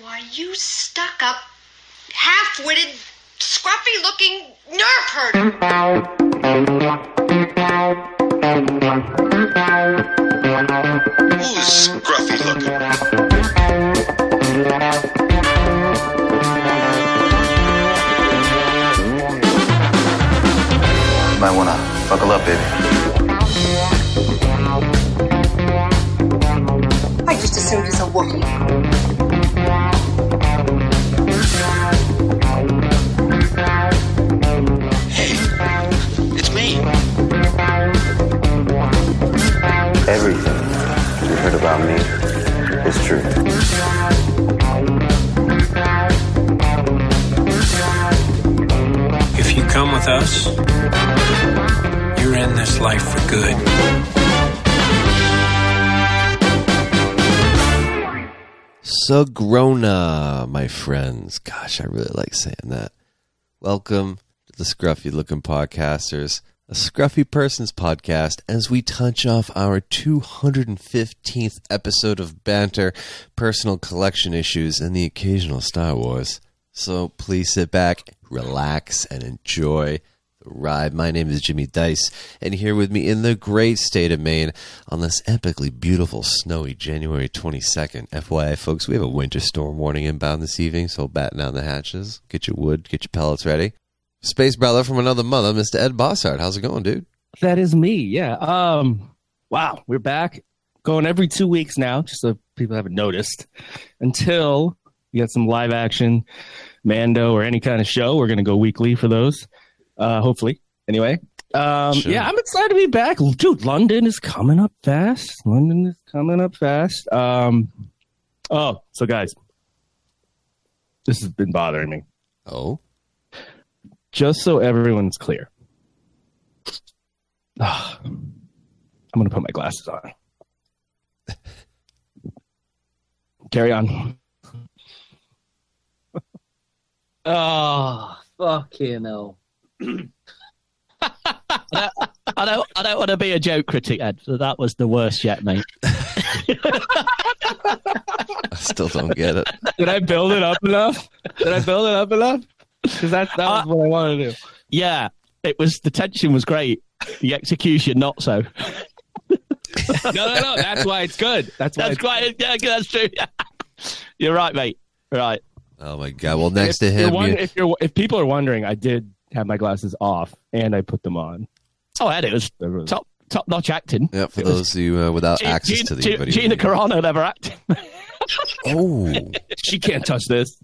Why, you stuck up, half witted, scruffy looking nerve herder. Who's scruffy looking? Might wanna buckle up, baby. I just assumed it's a Wookiee. It's me. Everything you heard about me is true. If you come with us, you're in this life for good. Sagrona, my friends. Gosh, I really like saying that. Welcome to the Scruffy Looking Podcasters, a Scruffy Persons podcast, as we touch off our 215th episode of banter, personal collection issues, and the occasional Star Wars. So please sit back, relax, and enjoy the ride. My name is Jimmy Dice, and here with me in the great state of Maine on this epically beautiful, snowy January 22nd. FYI, folks, we have a winter storm warning inbound this evening, so batten down the hatches, get your wood, get your pellets ready. Space brother from another mother, Mr. Ed Bossard. How's it going, dude? That is me. Yeah. Um. Wow. We're back, going every two weeks now, just so people haven't noticed. Until we get some live action, Mando or any kind of show, we're gonna go weekly for those. Uh, hopefully. Anyway. Um. Sure. Yeah. I'm excited to be back, dude. London is coming up fast. London is coming up fast. Um. Oh, so guys, this has been bothering me. Oh, Just so everyone's clear. Ah, I'm going to put my glasses on. Carry on. Oh, fucking hell. I don't, I don't want to be a joke critic, Ed. So that was the worst yet, mate. I still don't get it. Did I build it up enough? Did I build it up enough? Because that, that was what I wanted to do. Uh, Yeah, it was. The tension was great. The execution, not so. No, no, no. That's why it's good. That's why That's it's quite. Yeah, that's true. You're right, mate. Right. Oh, my God. Well, next to if him, You're won- you- if, you're, if people are wondering, I did have my glasses off and I put them on. Oh, Ed, it was They were- top top notch acting. yeah, for It was- those of you uh, without Gina- access to the Gina, video. Gina Carano never acted. Oh, She can't touch this.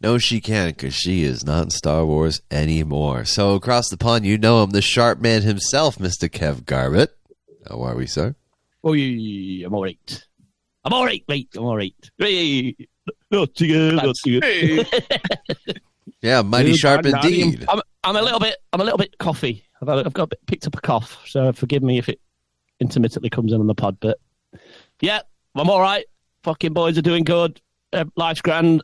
No, she can't, because she is not in Star Wars anymore. So across the pond, you know him, the sharp man himself, Mr. Kev Garbett. How are we, sir? Oi, I'm all right. I'm all right, mate. I'm all right. Hey, not too good, not too good. Yeah, mighty Dude, sharp I'm not indeed. even- I'm, I'm a little bit, I'm a little bit coffee. I've, I've got a bit, picked up a cough, so forgive me if it intermittently comes in on the pod. But yeah, I'm all right. Fucking boys are doing good. Uh, life's grand.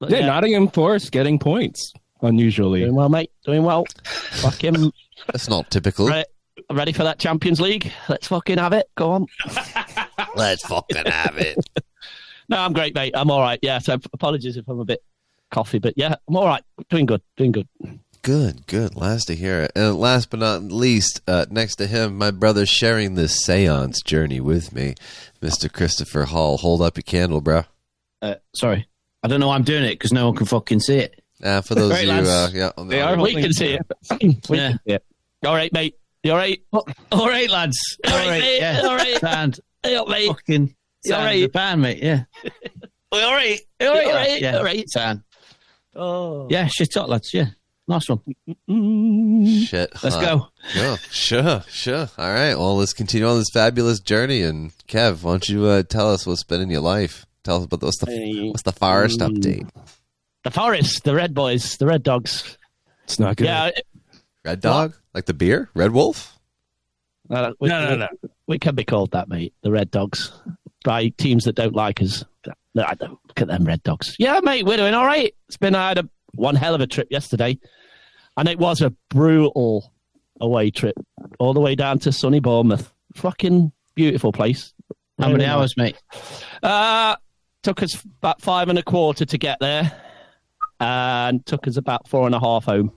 But Yeah, Nottingham Forest getting points, unusually. doing well, mate. Doing well. Fucking That's not typical. re- ready for that Champions League. Let's fucking have it. Go on. Let's fucking have it. No, I'm great, mate. I'm all right. Yeah. So apologies if I'm a bit coffee, but yeah, I'm all right. Doing good. Doing good. Good, good. Last to hear it. And last but not least, uh, next to him, my brother sharing this seance journey with me, Mr. Christopher Hall. Hold up your candle, bro. Uh, sorry, I don't know why I'm doing it because no one can fucking see it. Uh, for those of Right, you, uh, lads. yeah, on the They are We can see it. We Yeah. can see it. All right, mate. You all right? Oh, All right, lads. All All right, right, mate. yeah. All right. Sound Hey up, mate. fucking. You all Sound right? the band, mate. Yeah. All right. All All right. right, All lads, right. yeah. All right. Sound. Oh. Yeah. Shit up, lads. Yeah. Nice one. shit. Let's huh? go. Yeah, sure, sure. All right. Well, let's continue on this fabulous journey. And Kev, why don't you uh, tell us what's been in your life? Tell us about the, what's the what's the forest Mm. update? The forest, the red boys, the red dogs. It's not good. Yeah. Red dog, like the beer, Red Wolf. uh, we, No, no, no. We can be called that, mate. The red dogs by teams that don't like us. No, I don't. Look at them red dogs. Yeah, mate, we're doing all right. It's been I had a, one hell of a trip yesterday, and it was a brutal away trip, all the way down to sunny Bournemouth. Fucking beautiful place. How many Really nice. hours, mate? Uh, Took us about five and a quarter to get there, and took us about four and a half home.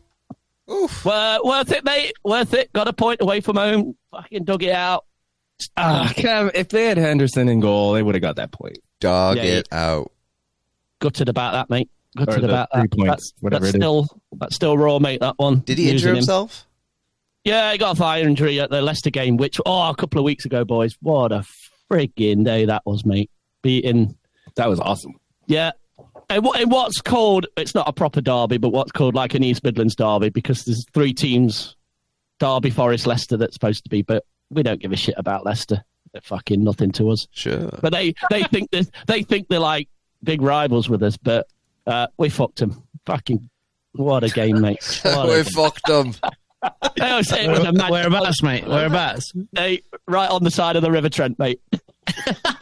Oof. worth it, mate. Worth it. Got a point away from home. Fucking dug it out. Ah, Kev, if they had Henderson in goal, they would have got that point. Dog Yeah, it out. gutted about that, mate. Gutted the about uh, three that. points, that's, whatever that's it is. still that's still raw, mate. That one. Did he Losing injure him. himself? Yeah, he got a fire injury at the Leicester game, which oh, a couple of weeks ago, boys. What a frigging day that was, mate. Beating That was awesome. yeah. And, what, and what's called, it's not a proper derby, but what's called like an East Midlands derby because there's three teams Derby, Forest, Leicester that's supposed to be, but we don't give a shit about Leicester. They're fucking nothing to us. Sure. But they, they think this, they think they're like big rivals with us, but uh, we fucked them. Fucking what a game, mate! What a we game. fucked him. I always say it was a mad- Whereabouts, mate? Whereabouts? They- right on the side of the River Trent, mate.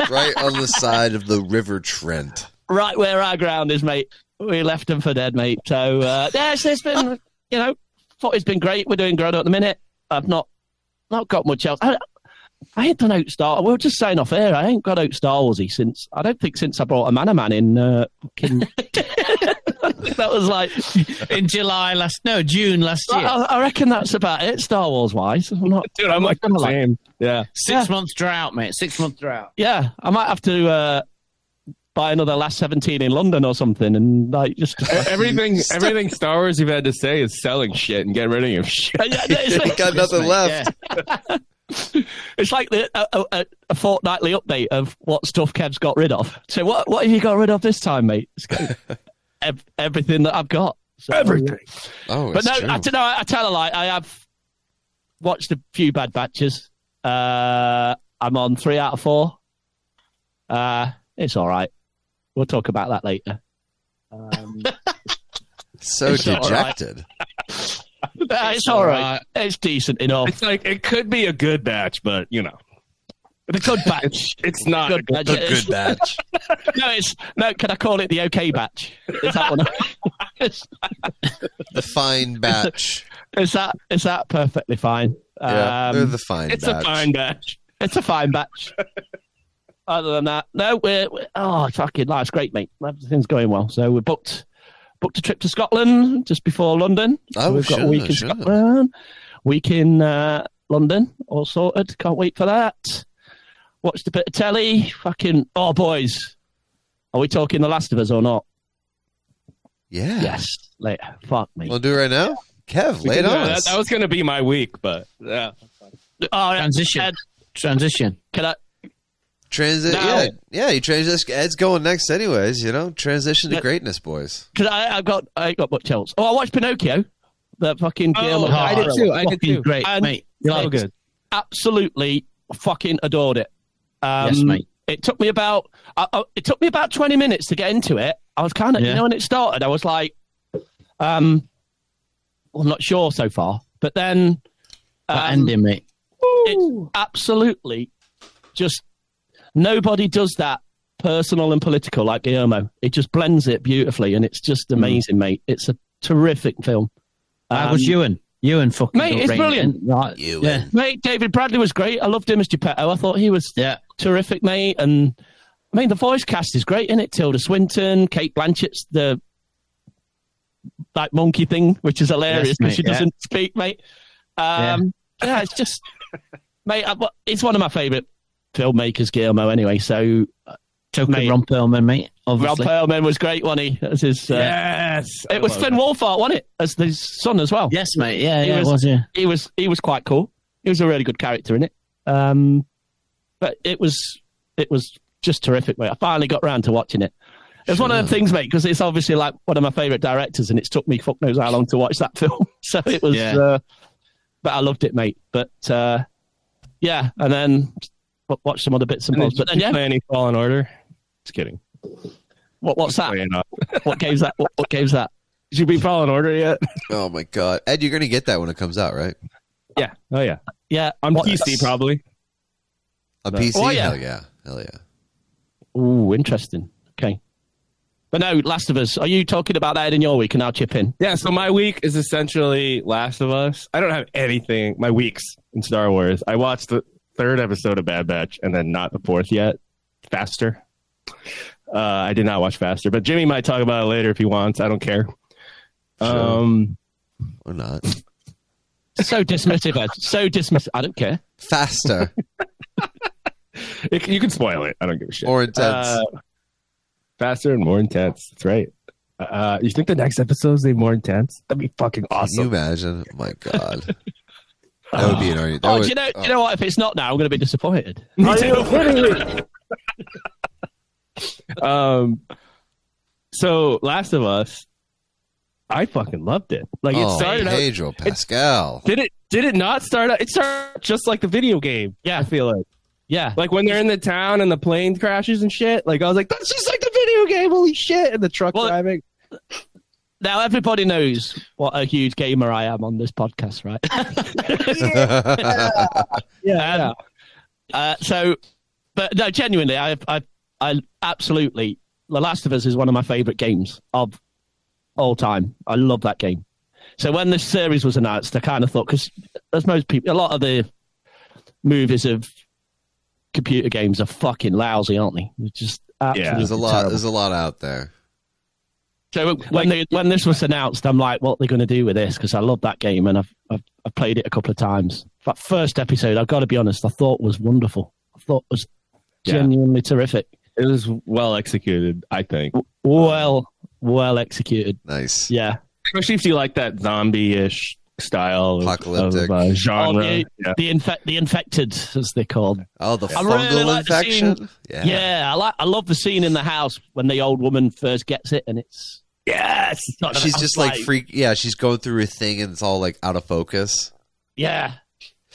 Right on the side of the River Trent. Right where our ground is, mate. We left them for dead, mate. So uh, yeah, it's, it's been you know, thought it's been great. We're doing great at the minute. I've not not got much else. I, I ain't done out Star. We were just saying off air. I ain't got out Star Warsy since I don't think since I brought a Man Man in. Uh, fucking... that was like In July last, no, June last year. I, I reckon that's about it, Star Wars wise. I'm not Dude, I'm like, Kinda like- same. Yeah. Six month drought, mate. Six month drought. yeah, I might have to uh, buy another last seventeen in London or something, and like just. Everything, everything Star Wars you've had to say is selling shit and getting rid of shit. Yeah, yeah, it's We like, got nothing Mate, left. it's like the, a, a, a fortnightly update of what stuff Kev's got rid of. So what what have you got rid of this time, mate? It's got ev- everything that I've got. So, Oh, But it's no, true. I don't know. I tell a lie. I have watched a few bad batches. Uh, I'm on three out of four. Uh, it's all right. We'll talk about that later. so it's not alright. dejected. Uh, it's all right. It's decent enough. It's like it could be a good batch, but you know, The good batch. it's not. Good batch. It's- batch. No, it's no. Can I call it the OK batch? Is that one? is, The fine batch. is that is that perfectly fine? Yeah, Um, they're the fine It's batch. a fine batch. It's a fine batch. Other than that, no, we're, we're oh fucking life's great, mate. Everything's going well. So we booked booked a trip to Scotland just before London. Oh, so we've got a sure, week in sure. Scotland, week in uh, London, all sorted. Can't wait for that. Watched a bit of telly. Fucking oh, boys, are we talking The Last of Us or not? Yeah. Yes, later. Fuck me. We'll do it right now. Kev, lay it Yeah, on that, us. that was going to be my week, but uh. yeah. oh, yeah, Transition. Ed, Transition. can I? Transit. No. Yeah, yeah. You transition. Ed's going next, anyways. You know, transition to Yeah. greatness, boys. Because I, I've got I ain't got much else. Oh, I watched Pinocchio. The fucking Oh, Guillermo. I del did Toro. too, I did Fucking too. Great, And mate. so It. good. Absolutely, fucking adored it. Um, Yes, mate. It took me about I, I, it took me about twenty minutes to get into it. I was kind of you Yeah. know when it started, I was like, um, well, I'm not sure so far. But then That um, ending, mate. it's absolutely just nobody does that personal and political like Guillermo. It just blends it beautifully, and it's just amazing, mate. It's a terrific film. That Um, was Ewan. Ewan fucking. Mate, got it's rained brilliant. in, Right. Ewan. Yeah. Mate, David Bradley was great. I loved him as Geppetto. I thought he was Yeah. terrific, mate. And I mean, the voice cast is great, isn't it? Tilda Swinton, Kate Blanchett's the like monkey thing, which is hilarious mate, because she yeah. doesn't speak, mate. Um, yeah. it's just, mate, I, it's one of my favourite filmmakers, Guillermo. Anyway, so Token Mate. Ron Perlman, mate. Obviously. Rob Perlman was great, wasn't he? As his, uh, Yes. it was Finn Wolfhard, wasn't it? As his son as well. Yes, mate. Yeah, He yeah, was- it was. Yeah. he was he was quite cool. He was a really good character in it. Um, but it was it was just terrific, mate. I finally got round to watching it. It was one of the things, mate, because it's obviously like one of my favourite directors, and it's took me fuck knows how long to watch that film. So it was, Yeah. uh, but I loved it, mate. But uh, yeah, and then w- watched some other bits and And bobs. did But then you yeah, play any Fallen Order? Just kidding. what, what's that? Playing, uh, What game's that? What, what game's that? Did you be Fallen Order yet? Oh my god, Ed, you're gonna get that when it comes out, right? yeah. Oh yeah. Yeah, On what- PC probably. On No. PC. Oh, yeah. Hell yeah. Hell yeah. Ooh, interesting. Okay. But no, Last of Us. Are you talking about that in your week? And I'll chip in. Yeah, so my week is essentially Last of Us. I don't have anything. My weeks in Star Wars. I watched the third episode of Bad Batch and then not the fourth yet. Faster. Uh, I did not watch Faster, but Jimmy might talk about it later if he wants. I don't care. Sure. Um, or not. So dismissive. Ed. So dismissive. I don't care. Faster it, you can spoil it. I don't give a shit. or intense. Uh, faster and more intense. That's right. Uh, you think the next episode's gonna be more intense? That'd be fucking Can you awesome. imagine? My God. That would be an argument. Oh, do you know? Do you know what? If it's not now, I'm going to be disappointed. Are you kidding me? um, so Last of Us, I fucking loved it. Like it Oh, started out. Pedro Pascal. Did it? Did it not start out? It started out just like the video game. Yeah. I feel like. Yeah. Like when they're in the town and the plane crashes and shit. Like I was like, that's just like the video game. Holy shit! And the truck Well, driving. Now everybody knows what a huge gamer I am on this podcast, right? Yeah. Um, Uh, so, but no, genuinely, I, I, I absolutely. The Last of Us is one of my favorite games of all time. I love that game. So when this series was announced, I kind of thought because as most people, a lot of the movies of computer games are fucking lousy, aren't they? They're just absolutely There's a lot. terrible. There's a lot out there. So when they, when this was announced, I'm like, what are they going to do with this? Because I love that game and I've, I've I've played it a couple of times. That first episode, I've got to be honest, I thought was wonderful. I thought was Yeah. genuinely terrific. It was well executed, I think. Well, well executed. Nice. Yeah. Especially if you like that zombie-ish style of- Apocalyptic. of, uh, genre. Oh, the, Yeah. the infect the infected as they're called. Oh, the I fungal really like the infection. Yeah, I like I love the scene in the house when the old woman first gets it and it's yes, It's not- She's I'm just like freak. Yeah, she's going through her thing and it's all like out of focus. yeah.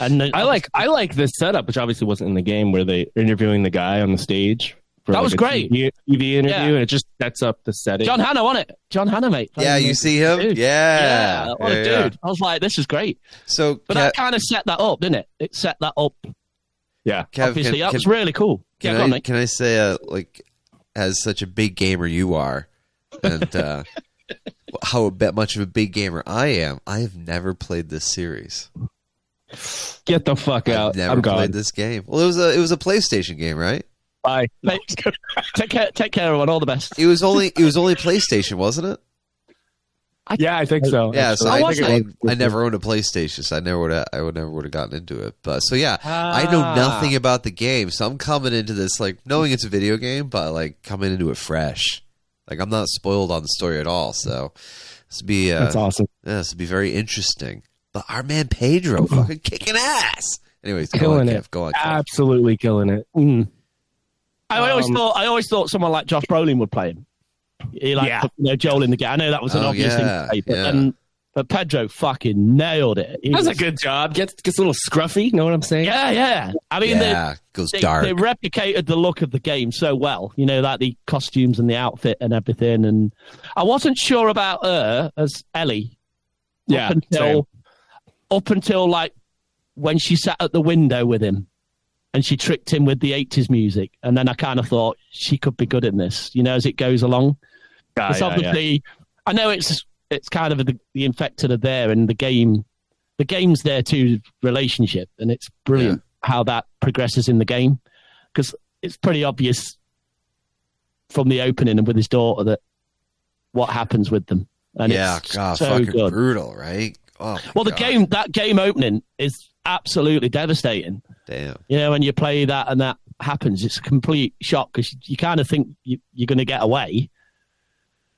And then- I like I like this setup, which obviously wasn't in the game, where they are interviewing the guy on the stage. For That was a great. TV, TV interview, Yeah. and it just sets up the setting. John Hannah on it. John Hannah, mate. yeah, you see him. dude. Yeah, Yeah, what a yeah. dude. I was like, this is great. So, But Kev, that kind of set that up, didn't it? It set that up. yeah, Kev, obviously, can, that can, was really cool. can yeah, go on, I, mate. can I say, uh, like, as such a big gamer you are, and uh, how bet much of a big gamer I am, I have never played this series. get the fuck out! I've never I'm played gone. this game. Well, it was a it was a PlayStation game, right? Bye. Mate, take care, take care, everyone. All the best. It was only it was only PlayStation, wasn't it? Yeah, I think so. Yeah, so Oh, actually. I, watched I, think it was- I never owned a PlayStation, so I never would have, I would never would have gotten into it. But so yeah, I Uh, Ah. know nothing about the game, so I'm coming into this like knowing it's a video game, but like coming into it fresh. Like I'm not spoiled on the story at all, so this would be uh, That's awesome. yeah, this would be very interesting. But our man Pedro fucking kicking ass. Anyways, go on, Oh. Killing Kev, it. go on. Kev. Absolutely killing it. I always Um, thought I always thought someone like Josh Brolin would play him. He like Yeah. put, you know Joel in the game. I know that was an Oh, obvious thing yeah, to say, but, yeah. and, but Pedro fucking nailed it. He That's a was- good job. Gets gets a little scruffy. Know what I'm saying? Yeah, yeah. I mean, the- yeah, goes they, dark. they replicated the look of the game so well, you know, like the costumes and the outfit and everything. And I wasn't sure about her as Ellie. Yeah, Up same. until, up until like when she sat at the window with him and she tricked him with the 80s music. And then I kind of thought she could be good in this, you know, as it goes along. Yeah, It's yeah, yeah. obviously, I know it's it's kind of the, the infected are there and the game, the game's there too. Relationship and it's brilliant how that progresses in the game because it's pretty obvious from the opening and with his daughter that what happens with them. And yeah, it's God, so fucking good. brutal, right? Oh, my Well, the God. game that game opening is absolutely devastating. Damn. You know, when you play that and that happens, it's a complete shock because you kind of think you, you're going to get away.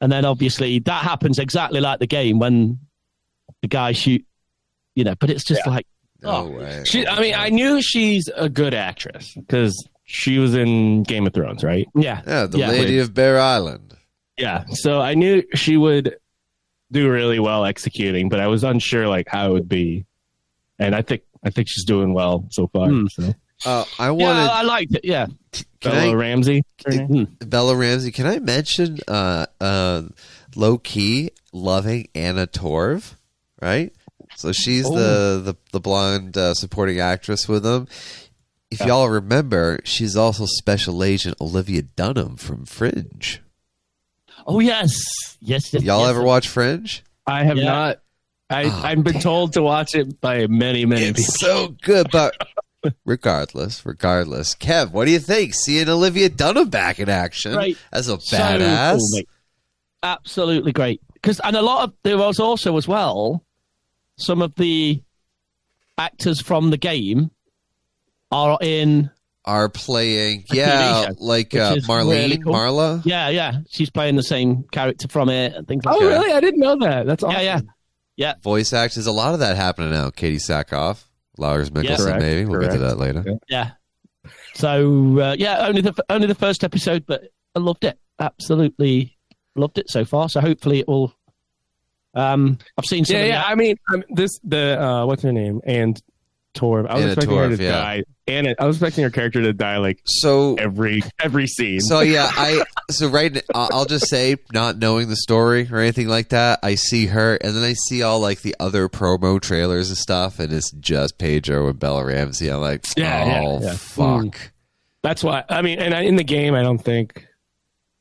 And then obviously that happens exactly like the game when the guy shoot, you know, but it's just like, No Oh, way. She, I mean, I knew she's a good actress because she was in Game of Thrones, right? yeah, yeah, the yeah, Lady wait. of Bear Island. Yeah. So I knew she would do really well executing, but I was unsure like how it would be. And I think I think she's doing well so far. Hmm. So Uh, I yeah, wanted I liked it. Yeah. Can Bella I- Ramsey. her It- name? Bella Ramsey. Can I mention uh, uh, low key loving Anna Torv? Right. So she's Oh. the, the the blonde uh, supporting actress with him. If y'all remember, she's also Special Agent Olivia Dunham from Fringe. Oh, yes. Yes. yes Y'all yes. ever watch Fringe? I have Yeah. not. I Oh, I've been told to watch it by many many people. It's so good, but regardless, regardless, Kev, what do you think? Seeing Olivia Dunham back in action Right. as a So badass. cool, mate. Absolutely great. Because and a lot of there was also as well some of the actors from the game are in are playing, TV yeah, show, like which uh, is Marlene, really cool. Marla. yeah, yeah. She's playing the same character from it and things like Oh, Okay. really? I didn't know that. That's awesome. that. Yeah, yeah. Voice act is a lot of that happening now. Katie Sackhoff, Lars Mickelson, Correct, maybe we'll get to that correct. later. Yeah. So uh, yeah, only the only the first episode, but I loved it. Absolutely loved it so far. So hopefully it will. Um, I've seen some. Yeah, of the yeah. I mean, I mean, this the uh, what's her name and Torv. I was Anna expecting her Torv, to yeah. die. Anna, I was expecting her character to die like So, every every scene. so yeah, I so right. n- I- I'll just say, not knowing the story or anything like that, I see her, and then I see all like the other promo trailers and stuff, and it's just Pedro and Bella Ramsey. I'm like, Yeah, yeah, Hmm. oh yeah. fuck. That's why. I mean, and I, in the game, I don't think.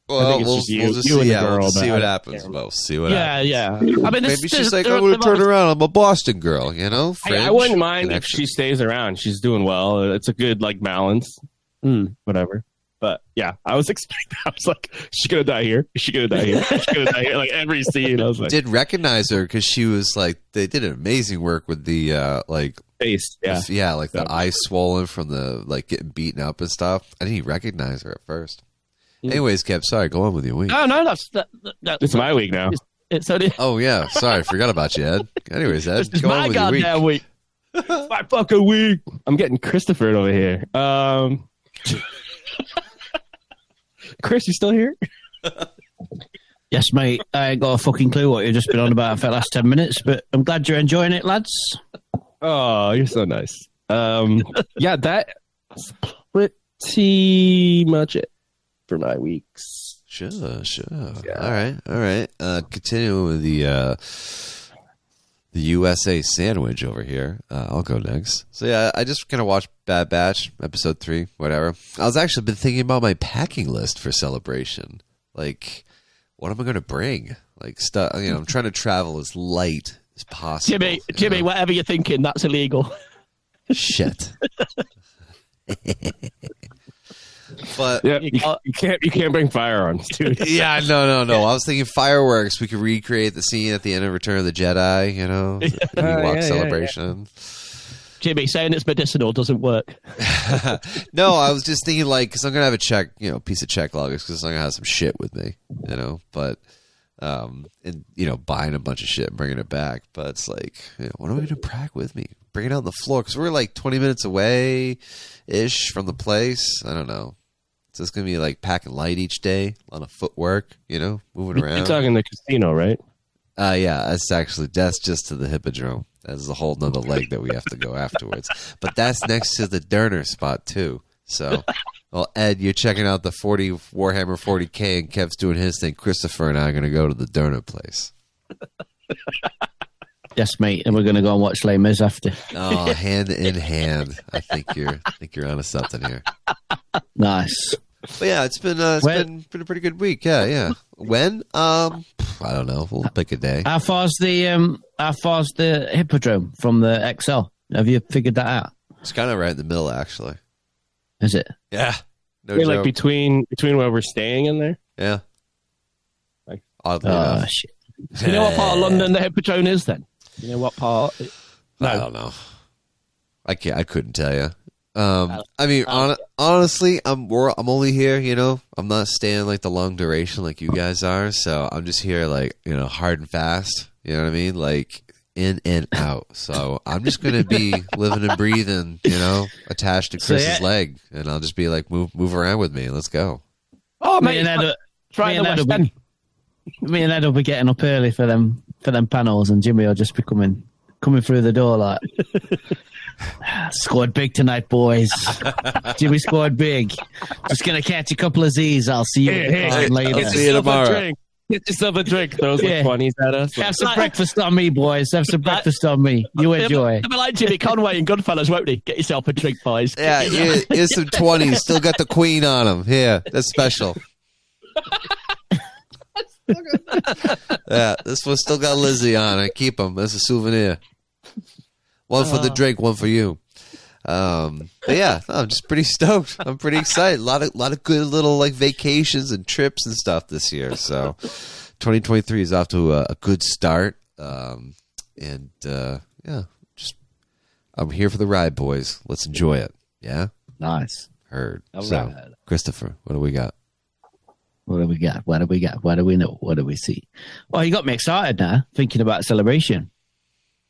I Well, think it's we'll, just you- we'll just you see, and the yeah, we'll girl, see but what I- happens. We'll see what yeah, happens. yeah. I mean, this, Maybe this- she's like, there- I'm going to there turn are- around. I'm a Boston girl, you know? I, I French wouldn't mind connection. if she stays around. She's doing well. It's a good like balance, Hmm. whatever. But yeah, I was expecting. I was like, she's gonna die here. She's gonna die here. She's gonna die here. Like every scene, I was like, did recognize her because she was like they did amazing work with the uh like face. yeah, Yeah, like Yeah. the eye swollen from the like getting beaten up and stuff. I didn't even recognize her at first. Mm. Anyways, Kev, sorry, go on with your week. No, no, that's that, that, that, it's my week now. it's only Oh yeah, sorry, forgot about you, Ed. Anyways, Ed, this is go on my with your week. goddamn week. It's my fucking week. I'm getting Christophered over here. Um, Chris, you still here? Yes, mate. I ain't got a fucking clue what you've just been on about for the last 10 minutes, but I'm glad you're enjoying it, lads. Oh, you're so nice. Um, yeah, that's pretty much it for my weeks. Sure, sure. Yeah. All right, all right. Uh, continuing with the uh, the USA sandwich over here. Uh, I'll go next. So yeah, I just kind of watched Bad Batch episode three, whatever. I was actually been thinking about my packing list for celebration. Like, what am I going to bring? Like stuff. You know, I'm trying to travel as light as possible. Jimmy, you Jimmy, know? whatever you're thinking, that's illegal. Shit. but Yeah, you, you can't you can't bring firearms, dude. Yeah, no, no, no. I was thinking fireworks. We could recreate the scene at the end of Return of the Jedi, you know, the Ewok Oh, yeah, yeah, celebration. Jimmy, saying it's medicinal doesn't work. no, I was just thinking like, because I'm gonna have a check, you know, piece of check luggage, because I'm gonna have some shit with me, you know. But, um, and you know, buying a bunch of shit and bringing it back. But it's like, you know, what am I gonna pack with me? Bring it out on the floor because we're like 20 minutes away, ish, from the place. I don't know. So it's gonna be like packing light each day, a lot of footwork, you know, moving around. You're talking the casino, right? Uh, yeah, that's actually that's just to the hippodrome. That's a whole nother leg that we have to go afterwards. But that's next to the Derner spot too. So, well, Ed, you're checking out the 40 Warhammer 40k, and Kev's doing his thing. Christopher and I are going to go to the Derner place. Yes, mate. And we're going to go and watch Les Mis after. Oh, hand in hand. I think you're I think you're onto something here. Nice. But yeah, it's been uh, it's When- been been a pretty good week. Yeah, yeah. When? Um, I don't know. We'll pick a day. How far's the um? How far's the hippodrome from the XL? Have you figured that out? It's kind of right in the middle, actually. Is it? Yeah. No Wait, like joke. between between where we're staying in there. yeah. Like- Oddly enough. Oh shit! Uh, You know what part of London the Hippodrome is then? You know what part? I No. don't know. I can't. I couldn't tell you. Um, I mean, hon- honestly, I'm we're, I'm only here. You know, I'm not staying like the long duration like you guys are. So I'm just here like you know, hard and fast. You know what I mean? Like in and out. So I'm just gonna be living and breathing. You know, attached to So, Chris's yeah. leg, and I'll just be like, move move around with me. Let's go. Oh, Me mate, and it's Ed, like trying me the and Ed West will End. be- me and Ed will be getting up early for them for them panels, and Jimmy will just be coming coming through the door like scored big tonight, boys. Jimmy scored big. Just gonna catch a couple of Z's. I'll see you at the Hey, car hey, later. I'll see you tomorrow. drink. Get yourself a drink. Throws Yeah. like twenties at us. Have some breakfast on me, boys. Have some breakfast on me. You They'll be- enjoy. they'll be like Jimmy Conway and Goodfellas, won't he? Get yourself a drink, boys. Yeah, here, here's some twenties. Still got the queen on them. Here, that's special. yeah, this one still got Lizzie on it. Keep them as a souvenir. One for the drink, one for you. Um, but yeah, no, I'm just pretty stoked. I'm pretty excited. A lot of lot of good little like vacations and trips and stuff this year. So 2023 is off to a, a good start. Um, and uh, yeah, just I'm here for the ride, boys. Let's enjoy it. Yeah, Nice. heard. All so, right. Christopher, what do we got? What do we got? What do we got? What do we know? What do we see? Well, you got me excited now, thinking about celebration.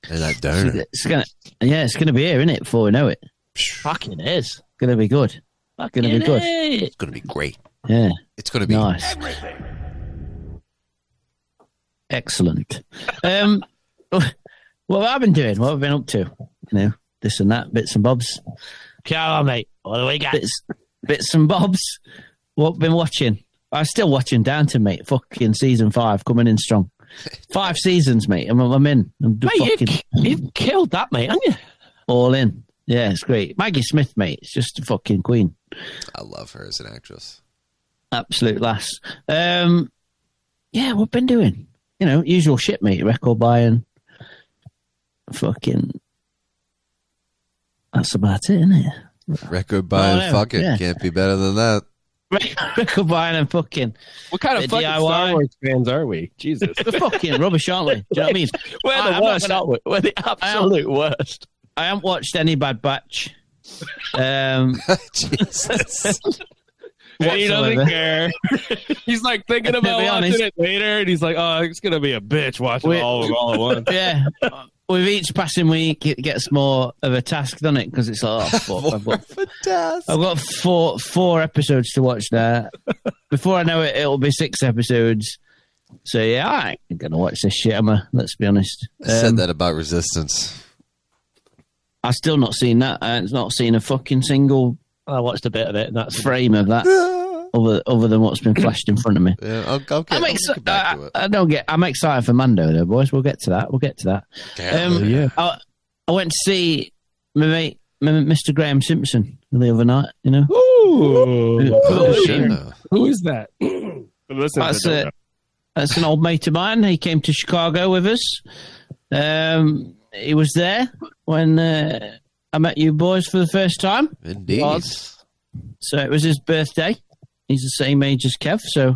And that donor. It's gonna, yeah, it's gonna be here, isn't it? Before we know it, Fucking is. gonna be good. Gonna be good. It. It's gonna be great. Yeah, It's gonna be nice. Excellent. Um, what have I been doing? What have I been up to? You know, this and that, bits and bobs, Come on, mate. What do we got? bits, bits and bobs. What been watching? I'm still watching Downton, mate. Fucking season five coming in strong. Five seasons, mate. I'm, I'm in. I'm Mate, fucking you, you've killed that, mate, haven't you? all in. Yeah, it's great. Maggie Smith, mate. It's just a fucking queen. I love her as an actress. absolute lass. Um, yeah, we've been doing, you know, usual shit, mate. Record buying, fucking. That's about it, isn't it? Record buying, Oh, no, fuck it, yeah. can't be better than that. Record buying and fucking. What kind The of fucking Star DIY. Wars fans are we? Jesus. We're fucking rubbish, aren't we? Do you know what I mean? We're I- the I'm not worst, gonna- aren't we? We're the absolute worst. I haven't watched any Bad Batch. Um, Jesus. And he doesn't Whatsoever. care. he's like thinking To about be watching honest- it later, and he's like, "Oh, it's gonna be a bitch watching We- all of them all at once." yeah. With each passing week, it gets more of a task, doesn't it? Because it's like, oh, fuck, I've got I've got four four episodes to watch now. Before I know it, it'll be six episodes. So yeah, I ain't gonna watch this shit, am I? Let's be honest. I said Um, that about resistance. I've still not seen that. I've not seen a fucking single I watched a bit of it, and that's frame of that Yeah, other other than what's been flashed in front of me. I'll, I'll get, I'm I'll ex- get uh, back to I, it. I don't get. I'm excited for Mando, though, boys. We'll get to that. We'll get to that. Oh, Um, yeah. I, I went to see my mate, my, Mr. Graham Simpson, the other night. You know, Ooh, Oh, Sure. shit. who is that? Listen, That's it. That's an old mate of mine. He came to Chicago with us. Um, he was there when uh, I met you boys for the first time. Indeed. So it was his birthday. He's the same age as Kev, so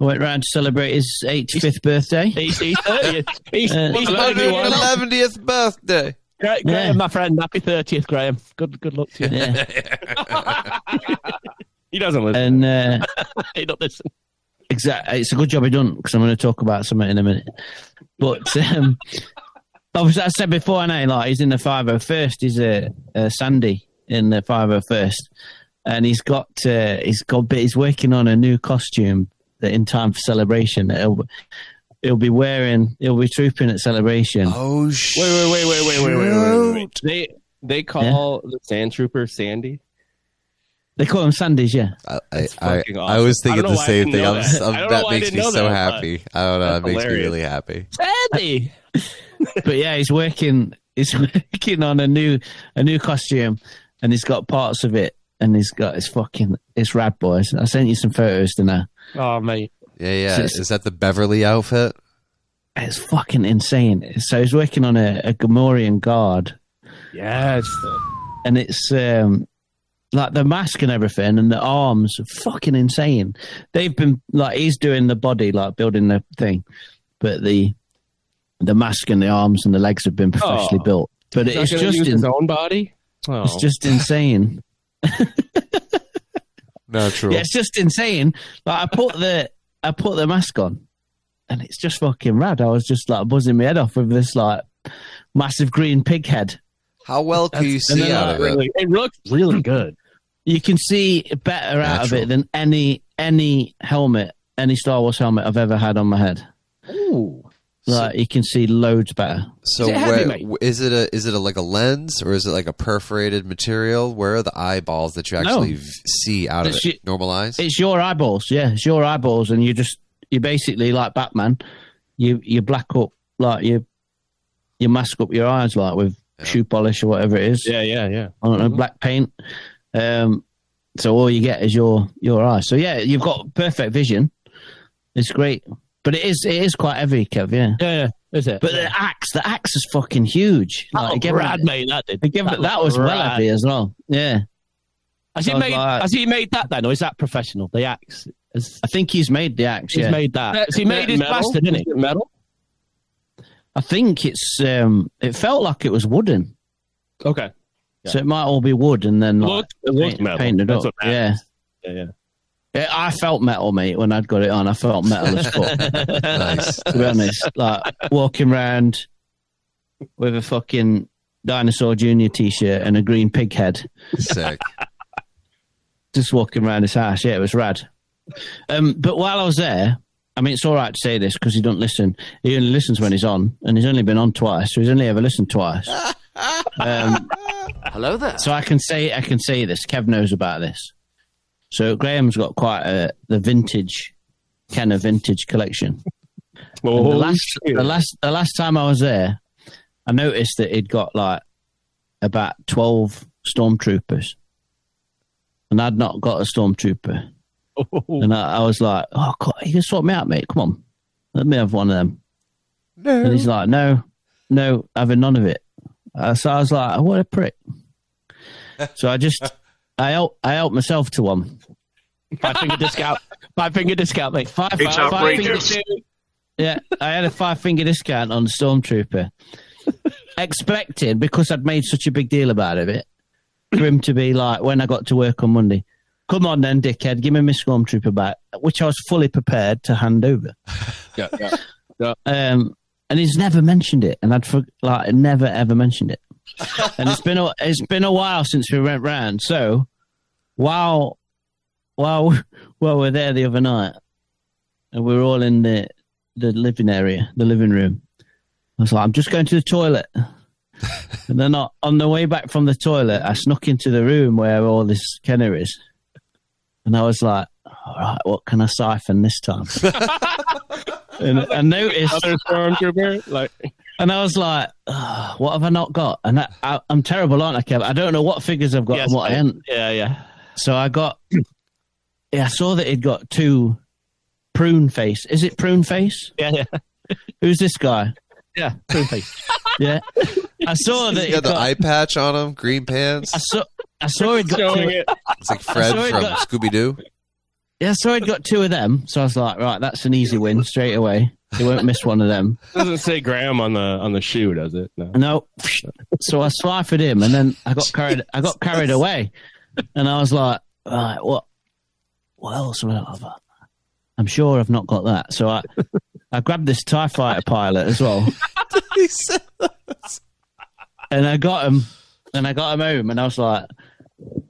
I went round to celebrate his 85th birthday. he's, he's 30. He's, Uh, he's 31. 111th birthday. Gra- Graham, Yeah. my friend. Happy 30th, Graham. Good good luck to you. Yeah. He doesn't listen. And uh, Hey, not this. Exactly. It's a good job I done because I'm going to talk about something in a minute. But um, obviously, I said before, I know, like he's in the 501st. He's a, a Sandy in the 501st, and he's got uh, he's got but he's working on a new costume that in time for celebration. that He'll, he'll be wearing. He'll be trooping at celebration. Oh, shit. Wait, wait, wait, wait, wait, wait, wait, wait, wait, wait. They they call the Sand Trooper Sandy. They call him Sandy's, yeah. I, I, I, fucking I was awesome. thinking the I don't know why I same didn't thing. know I'm, s- that. I I'm, don't that know why I makes didn't me know so that, but- happy. I don't know. that That's makes me hilarious. really happy. Sandy. but yeah, he's working. He's working on a new a new costume, and he's got parts of it, and he's got his fucking it's rad, boys. I sent you some photos, didn't I? Oh, mate. Yeah, yeah. Just- Is that the Beverly outfit? It's fucking insane. So he's working on a, a Gamorrean guard, Yes. and it's um like the mask and everything, and the arms are fucking insane. They've been like he's doing the body, like building the thing, but the the mask and the arms and the legs have been professionally Oh. built. But He's not it's gonna just use in, his own body. Oh. it's just insane. Natural. Yeah, it's just insane. Like I put the I put the mask on, and it's just fucking rad. I was just like buzzing my head off with this like massive green pig head. How well can you And see then, out uh, of it? really- it looks really good. You can see better out of Natural. it than any any helmet, any Star Wars helmet I've ever had on my head. Ooh. Like you can see loads better. So Is it where, heavy, mate? w- is it a is it a, like a lens or is it like a perforated material? Where are the eyeballs that you actually v- see out of It's it? ju- Normal eyes. It's your eyeballs, yeah. It's your eyeballs, and you just you basically like Batman. You you black up like you you mask up your eyes like with Yeah. shoe polish or whatever it is. yeah, yeah, yeah. I don't know, black paint. Um, so all you get is your your eye. So yeah, you've got perfect vision. It's great, but it is it is quite heavy, Kev. Yeah, Yeah, yeah. is it? But the axe, the axe is fucking huge. oh, Like, give it- rad, mate, that did. give it- that, was well rad. heavy as well. Yeah, Has he That was made? like- Has he made that then, or is that professional? The axe. Has, I think he's made the axe. He's yeah. made that. Uh, So he made his bastard, didn't he? Metal. I think it's. Um, it felt like it was wooden, Okay. so it might all be wood, and then like, Looked- it looked paint- metal. painted That's up. what Yeah. matters. Yeah, yeah. Yeah, I felt metal, mate, when I'd got it on. I felt metal as fuck. to Nice. be honest, like walking around with a fucking dinosaur junior t-shirt and a green pig head, Sick. just walking around his house. Yeah, it was rad. Um, but while I was there, I mean, it's all right to say this because he don't listen. He only listens when he's on, and he's only been on twice, so he's only ever listened twice. Um, Hello there. so I can say I can say this. Kev knows about this. So Graham's got quite a, the vintage, kind of vintage collection. And Oh, the last, the last, the last time I was there, I noticed that he'd got like about twelve stormtroopers, and I'd not got a stormtrooper. And I, I was like, "Oh, God, you can sort me out, mate. Come on, let me have one of them." No. And he's like, "No, no, having none of it." Uh, so I was like, "What a prick!" so I just, I helped, I helped myself to one. Five finger discount. Five finger discount, mate. Five, It's five- five outrageous. fingers- yeah, I had a five finger discount on Stormtrooper. Expecting, because I'd made such a big deal about it, for him to be like, when I got to work on Monday, come on then, dickhead, give me my Stormtrooper back, which I was fully prepared to hand over. Yeah, Um, and he's never mentioned it, and I'd for, like never ever mentioned it. and it's been a, it's been a while since we went round. So while while while we're there the other night, and we're all in the the living area, the living room, I was like, I'm just going to the toilet. and then I, on the way back from the toilet, I snuck into the room where all this Kenner is, and I was like, all right, what can I siphon this time? and I noticed Another stormtrooper. Like and I was like, "Ugh, what have I not got? And I, I, I'm terrible, aren't I, Kev? I don't know what figures I've got Yes, and what I mate. haven't. Yeah, yeah. So I got, yeah, I saw that he'd got two prune face. Is it prune face? Yeah, yeah. Who's this guy? Yeah. Prune face. Yeah. I saw that He's he got the got, eye patch on him, green pants. I saw, I saw he'd got showing two, it. It's like Fred saw he from got- Scooby Doo. yeah, I saw he'd got two of them. So I was like, right, that's an easy win straight away. He won't miss one of them. Doesn't say Graham on the on the shoe, does it? No. No. So I swiped him, and then I got carried. I got carried away, and I was like, "Right, what? What else would I have? I'm sure I've not got that." So I, I grabbed this Tie Fighter pilot as well, and I got him, and I got him home, and I was like,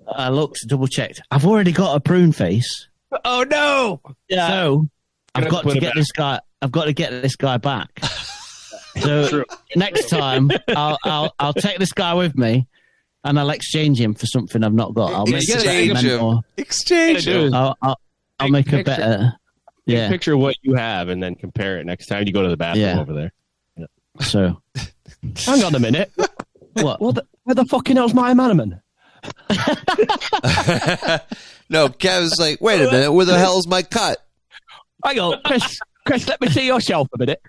I looked, double checked. I've already got a prune face, Oh no! Yeah. so I've Gonna got put to it get back. this guy. I've got to get this guy back. So next time I'll, I'll I'll take this guy with me, and I'll exchange him for something I've not got. I'll make a better Exchange him. mentor. Exchange. What you gotta do is- I'll I'll, I'll Take make a picture. better. Take a Yeah. Picture what you have and then compare it next time you go to the bathroom Yeah. over there. So Hang on a minute. what? What the, where the fucking hell's my manaman? no, Kev's like, wait a minute, where the hell's my cut? Hang on, Chris. Chris, let me see your shelf a minute.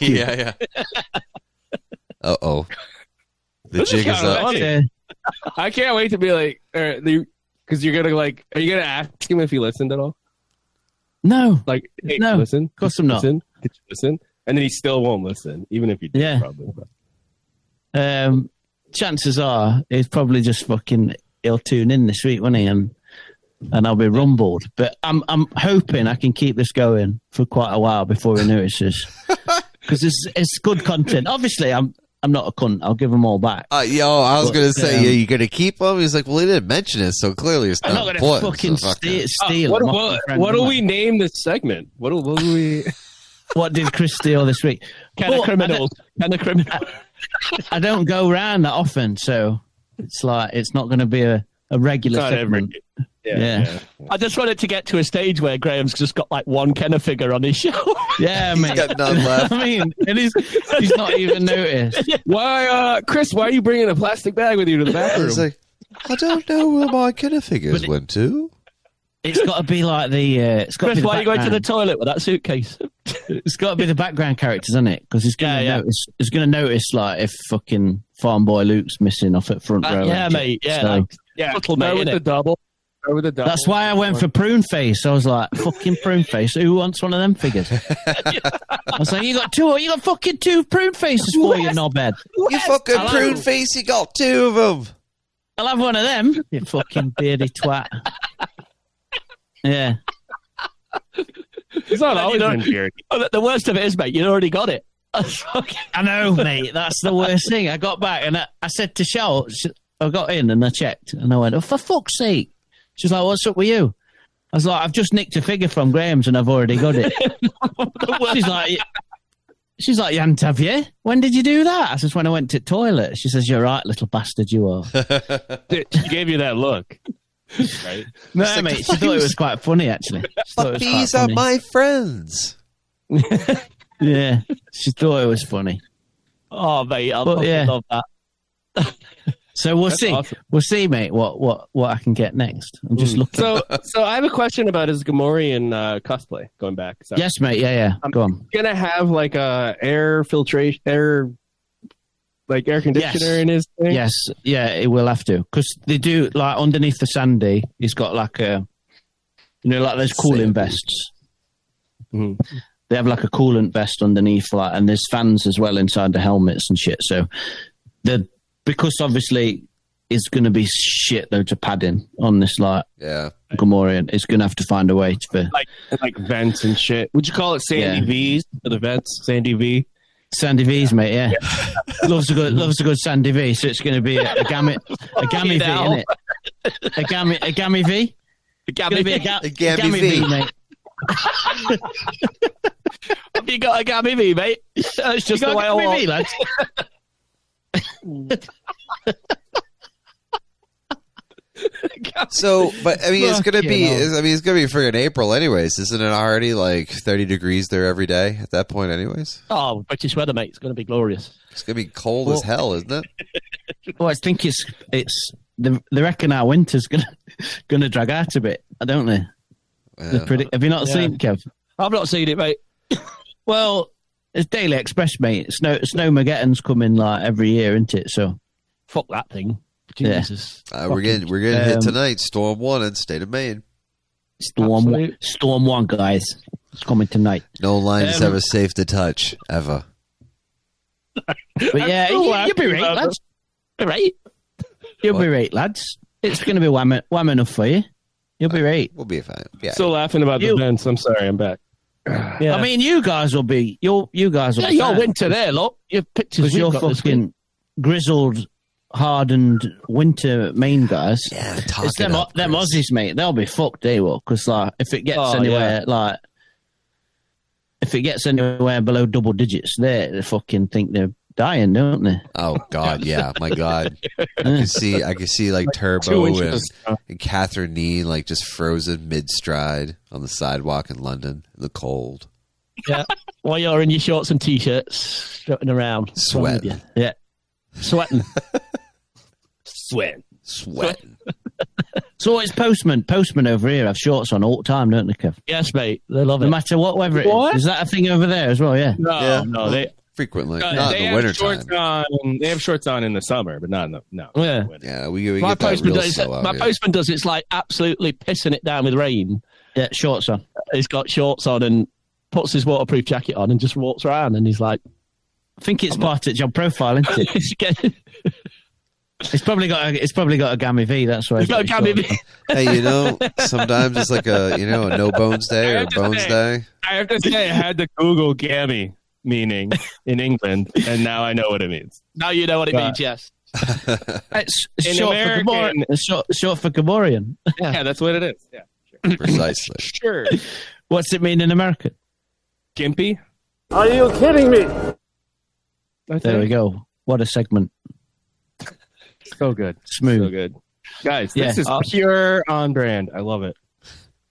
yeah, yeah. Uh oh. The This is jig is kinda up. funny. Yeah. I can't wait to be like, because you're gonna like, are you gonna ask him if he listened at all? No, of Like, hey, No, listen, of course I'm not. listen, did you listen? And then he still won't listen, even if you did, Yeah. probably. Um, chances are he's probably just fucking. He'll tune in this week, won't he? And and I'll be rumbled. But I'm I'm hoping I can keep this going for quite a while before he notices, because it's it's good content. Obviously, I'm I'm not a cunt. I'll give them all back. Uh, yo, I was But, gonna say, um, yeah, you gonna keep him? He's like, well, he didn't mention it, so clearly it's I'm not not gonna important. fucking so fuck steal. it. steal Uh, what them off what, my friend, what am do I? we name this segment? What do, what do we? What did Chris steal this week? Can of Well, I don't- criminals. Can of criminals. I don't go round that often, so it's like it's not going to be a, a regular Not every. segment. Yeah. I just wanted to get to a stage where Graham's just got like one Kenner figure on his show. Yeah, mate. got none left. I mean, and he's he's not even noticed. Why, uh, Chris? Why are you bringing a plastic bag with you to the bathroom? He's like, I don't know where my kinda figures went to. It's got to be like the. Uh, it's got to Chris, be the why are you going to the background. toilet with that suitcase? It's got to be the background characters, isn't it? Because he's gonna Yeah, yeah. notice. He's gonna notice like if fucking farm boy Luke's missing off at front Uh, row. yeah, ain't it? mate. Yeah, So- like, yeah. Start Fucking mate, with innit? the double. Start with the double. That's why I went for prune face. I was like, fucking prune face. Who wants one of them figures? I was like, you got two. You got fucking two prune faces for you, knobhead. You fucking Hello. prune face, you got two of them. I'll have one of them. You fucking beardy twat. Yeah. He's not always know- in beard. Oh, the- the worst of it is, mate, you'd already got it. That's fucking- I know, mate. That's the worst thing. I got back and I, I said to Shell, sh- I got in and I checked and I went, oh, for fuck's sake. She's like, what's up with you? I was like, I've just nicked a figure from Graham's and I've already got it. she's like, she's like, you haven't, have you? When did you do that? I says, when I went to toilet. She says, you're right, little bastard, you are. She gave you that look. Right? no, mate, she thought it was quite funny, actually. She thought Fuck, it was these quite are funny. my friends. Yeah, she thought it was funny. oh, mate, I But, fucking yeah. love that. So we'll see. awesome. We'll see, mate, what, what, what I can get next. I'm just looking. So, so I have a question about his Gamorrean uh, cosplay. Going back, so yes, mate, yeah, yeah. Um, Go on. gonna have like a air filtration, air like air conditioner in his thing. Yes, yeah, it will have to because they do like underneath the sandy. He's got like a, you know, like those cooling vests. Mhm. They have like a coolant vest underneath, like, and there's fans as well inside the helmets and shit. So, the because obviously it's going to be shit loads of padding on this like Yeah. Gomorian. It's going to have to find a way to. Be, like like vents and shit. Would you call it Sandy Yeah. V's for the vents? Sandy V. Sandy V's, mate. Yeah, loves a good loves a good Sandy V. So it's going to be a, a gammy a gammy V, hell. innit? A gammy a gammy V. Gonna be a, ga- A a gammy gammy V. V, mate. Have you got a Gammy V, mate? That's just the way I want. lads. So, but I mean, it's gonna Fucking be. hell. it's- I mean, it's gonna be friggin' April, anyways. Isn't it already like thirty degrees there every day at that point, anyways? Oh, British weather, mate. It's going to be glorious. It's gonna be cold as hell, isn't it? Well, I think it's it's they, they reckon our winter's gonna gonna drag out a bit, don't they? Yeah. They predict- have you not Yeah. seen it, Kev? I've not seen it, mate. Well, it's Daily Express, mate. Snow Snowmageddon's coming like every year, isn't it? So Fuck that thing. Yeah. Jesus. Uh, we're getting we're getting hit um, tonight. Storm one in state of Maine. storm one, Absolute- storm one, guys. It's coming tonight. No line is um, ever safe to touch ever. But yeah, still you, laughing will be about right, lads. Right? You'll be right, lads. It's gonna be wham, wham enough for you. You'll be right. We'll be fine. Yeah. Still laughing about the You- vents. I'm sorry, I'm back. Yeah. I mean, you guys will be. You you guys will. yeah, be your fine. winter there, look. Your pictures because you've you're got this week. fucking grizzled, hardened winter main guys. yeah. Talk It's it them, up, them Chris. Aussies, mate. They'll be fucked, they will. Because like, if it gets Oh, anywhere, like, if it gets anywhere below double digits, they they fucking think they're dying, don't they? Oh God, yeah, my God. I can see, I can see like Turbo Two and, inches. Uh, and Catherine Neen like just frozen mid stride on the sidewalk in London in the cold, While you're in your shorts and t shirts, strutting around. Sweating. Wrong with you. Yeah. Sweating. Sweat. sweating. So it's postman, postman over here have shorts on all the time, don't they, Kev? yes, mate. They love No it. matter what weather it is. What? Is that a thing over there as well? Yeah. No, Yeah. Oh, no, they frequently, uh, not they in the have winter shorts time. on. They have shorts on in the summer, but not in the no. Yeah. Yeah, we, we My get that postman, real does, slow my out here. postman does. It's like absolutely pissing it down with rain. Yeah, shorts on. He's got shorts on and puts his waterproof jacket on and just walks around. And he's like, I think it's part of job profile, isn't it? he's getting- it's probably got a, it's probably got a gammy V. That's why he's got a his gammy shorts V. Hey, you know, sometimes it's like a you know a no bones day I or have to bones say- day. I have to say, I had to Google "gammy" meaning in England, and now I know what it means. Now you know what it Yeah. means, yes. on. It's, it's In short American- for Gamorian. It's short, short for Gamorian. Yeah, that's what it is. Yeah, Precisely. sure. What's it mean in American? Gimpy. Are you kidding me? There we go. What a segment. So good. Smooth. So good. Guys, this Yeah. is pure on brand. I love it.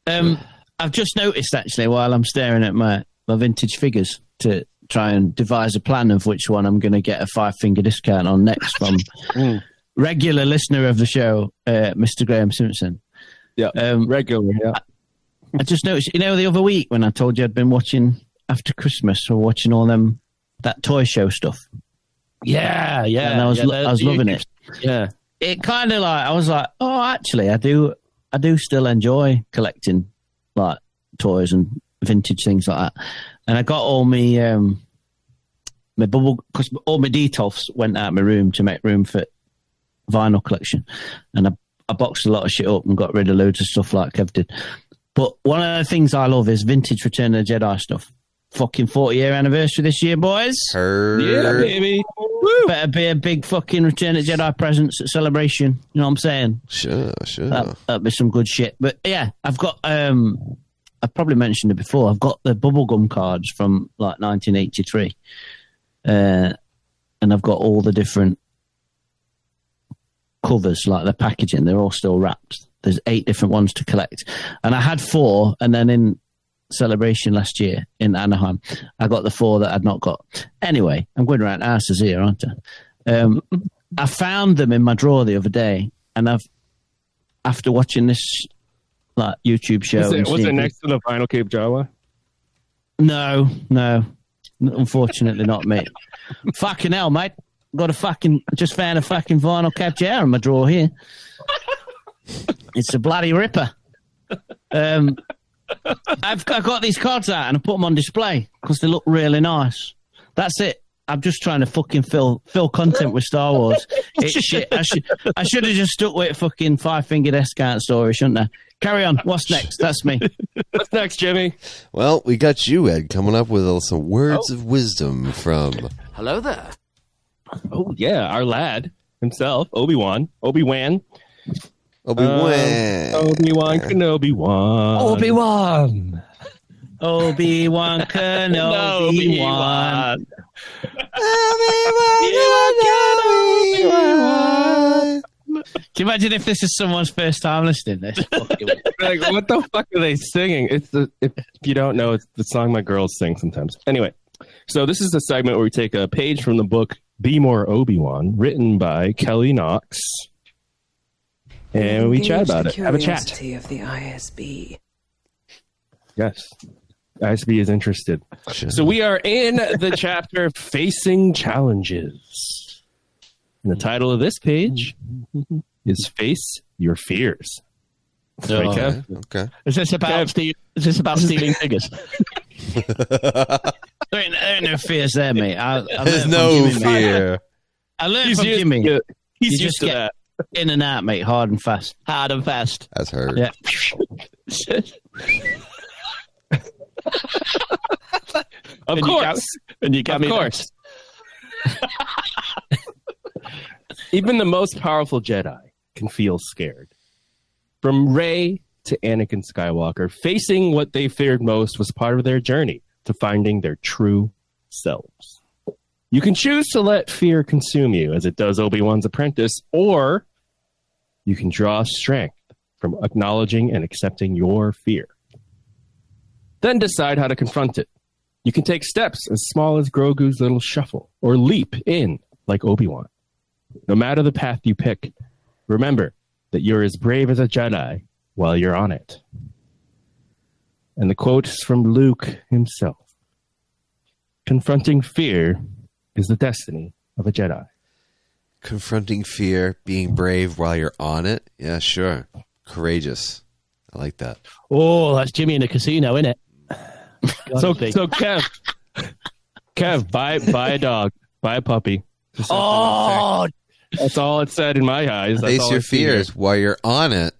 Um, I've just noticed actually while I'm staring at my, my vintage figures to try and devise a plan of which one I'm going to get a five finger discount on next from Mm. regular listener of the show, uh, Mr. Graham Simpson. Yeah. Um, Regular. Yeah. I just noticed, you know, the other week when I told you I'd been watching after Christmas for watching all them that toy show stuff. Yeah, yeah. and I was yeah, lo- I was you- loving it. Yeah. It kind of like I was like, oh, actually, I do I do still enjoy collecting like toys and vintage things like that. And I got all my um my bubble because all my detolfs went out of my room to make room for vinyl collection, and I I boxed a lot of shit up and got rid of loads of stuff like Kev did. But one of the things I love is vintage Return of the Jedi stuff. Fucking 40 year anniversary this year, boys. Her. Yeah, baby. Woo. Better be a big fucking Return of the Jedi presence at celebration. You know what I'm saying? Sure, sure. That, that'd be some good shit. But yeah, I've got um I've probably mentioned it before. I've got the bubblegum cards from like nineteen eighty three. Uh and I've got all the different covers, like the packaging, they're all still wrapped. There's eight different ones to collect. And I had four and then in celebration last year in Anaheim, I got the four that I'd not got. Anyway, I'm going around asses here, aren't I? Um I found them in my drawer the other day and I've after watching this like YouTube show. Was and it, was seeing- it next to the Vinyl Cape Jawa? No, no, unfortunately not, mate. fucking hell, mate! Got a fucking just found a fucking vinyl cap jar in my drawer here. it's a bloody ripper. Um, I've, I've got these cards out and I put them on display because they look really nice. That's it. I'm just trying to fucking fill fill content with Star Wars. It's shit. I should I should have just stuck with fucking five fingered Escant story, shouldn't I? Carry on. What's next? That's me. What's next, Jimmy? Well, we got you, Ed, coming up with uh, some words of wisdom from Oh yeah, our lad himself, Obi Wan, Obi Wan, Obi Wan. Obi Wan Kenobi Wan, Obi Wan. Obi Wan Kenobi Wan. Can you imagine if this is someone's first time listening? This Like, what the fuck are they singing? It's the if, if you don't know, it's the song my girls sing sometimes. Anyway, so this is the segment where we take a page from the book "Be More Obi Wan," written by Kelly Knox, and we chat about it. Have a chat. Of the ISB. Yes, ISB is interested. Sure. So we are in the chapter Facing Challenges. And the title of this page is Face Your Fears. Right, Kev? okay. Is this about steal, is this about stealing figures? there, ain't, there ain't no fears there, mate. I, I learned There's from no Jimmy, mate. fear. I learned He's from used, Jimmy. to, he's You used just to get- that. In and out, mate. Hard and fast. Hard and fast. That's her. Yeah. Of And you got- course. and you got of me there. course. Even the most powerful Jedi can feel scared. From Rey to Anakin Skywalker, facing what they feared most was part of their journey to finding their true selves. You can choose to let fear consume you, as it does Obi Wan's apprentice, or you can draw strength from acknowledging and accepting your fear. Then decide how to confront it. You can take steps as small as Grogu's little shuffle or leap in like Obi Wan. No matter the path you pick, remember that you're as brave as a Jedi while you're on it. And the quote is from Luke himself Confronting fear is the destiny of a Jedi. Confronting fear, being brave while you're on it. Yeah, sure. Courageous. I like that. Oh, that's Jimmy in the casino, isn't it? So, so Kev, Kev, buy, buy a dog, buy a puppy. oh, That's all it said in my eyes. That's Face all your I see here. fears while you're on it.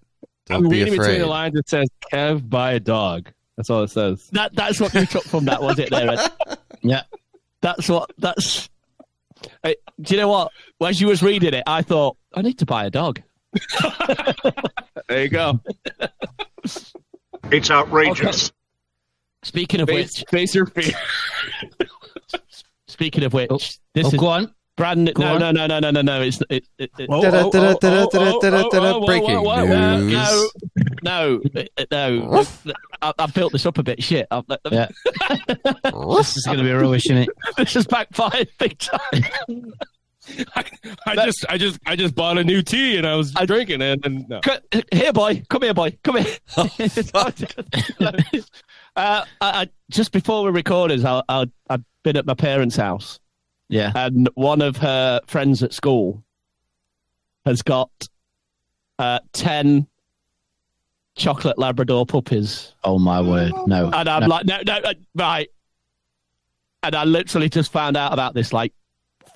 Don't I'm be reading between afraid. the lines. It says, "Kev, buy a dog." That's all it says. that that's what you took from that, was it? There, Ed? Yeah. that's what that's. I, do you know what? As you was reading it, I thought I need to buy a dog. There you go. It's outrageous. Speaking of Face, which, face your fear. speaking of which, this Oh, is go on. brand new. go No, on. no, no, no, no, no, no. It's it, it, it, Whoa, whoa, whoa, whoa, whoa, whoa, whoa, whoa, Da-da-da-da-da-da-da-da. Breaking whoa, whoa. no, no, oh, news. no, no. I, I've built this up a bit. Shit, I've, Yeah. This is going to be rubbish, isn't it? this has backfired big time. I just, I just, I just bought a new tea and I was drinking it. And no. Co- Here, boy. Come here, boy. Come here. Uh, I, I, just before we recorded, I, I, I'd been at my parents' house, Yeah. and one of her friends at school has got uh, 10 chocolate Labrador puppies. Oh my word. No. And I'm No. like, no, no, uh, right. And I literally just found out about this like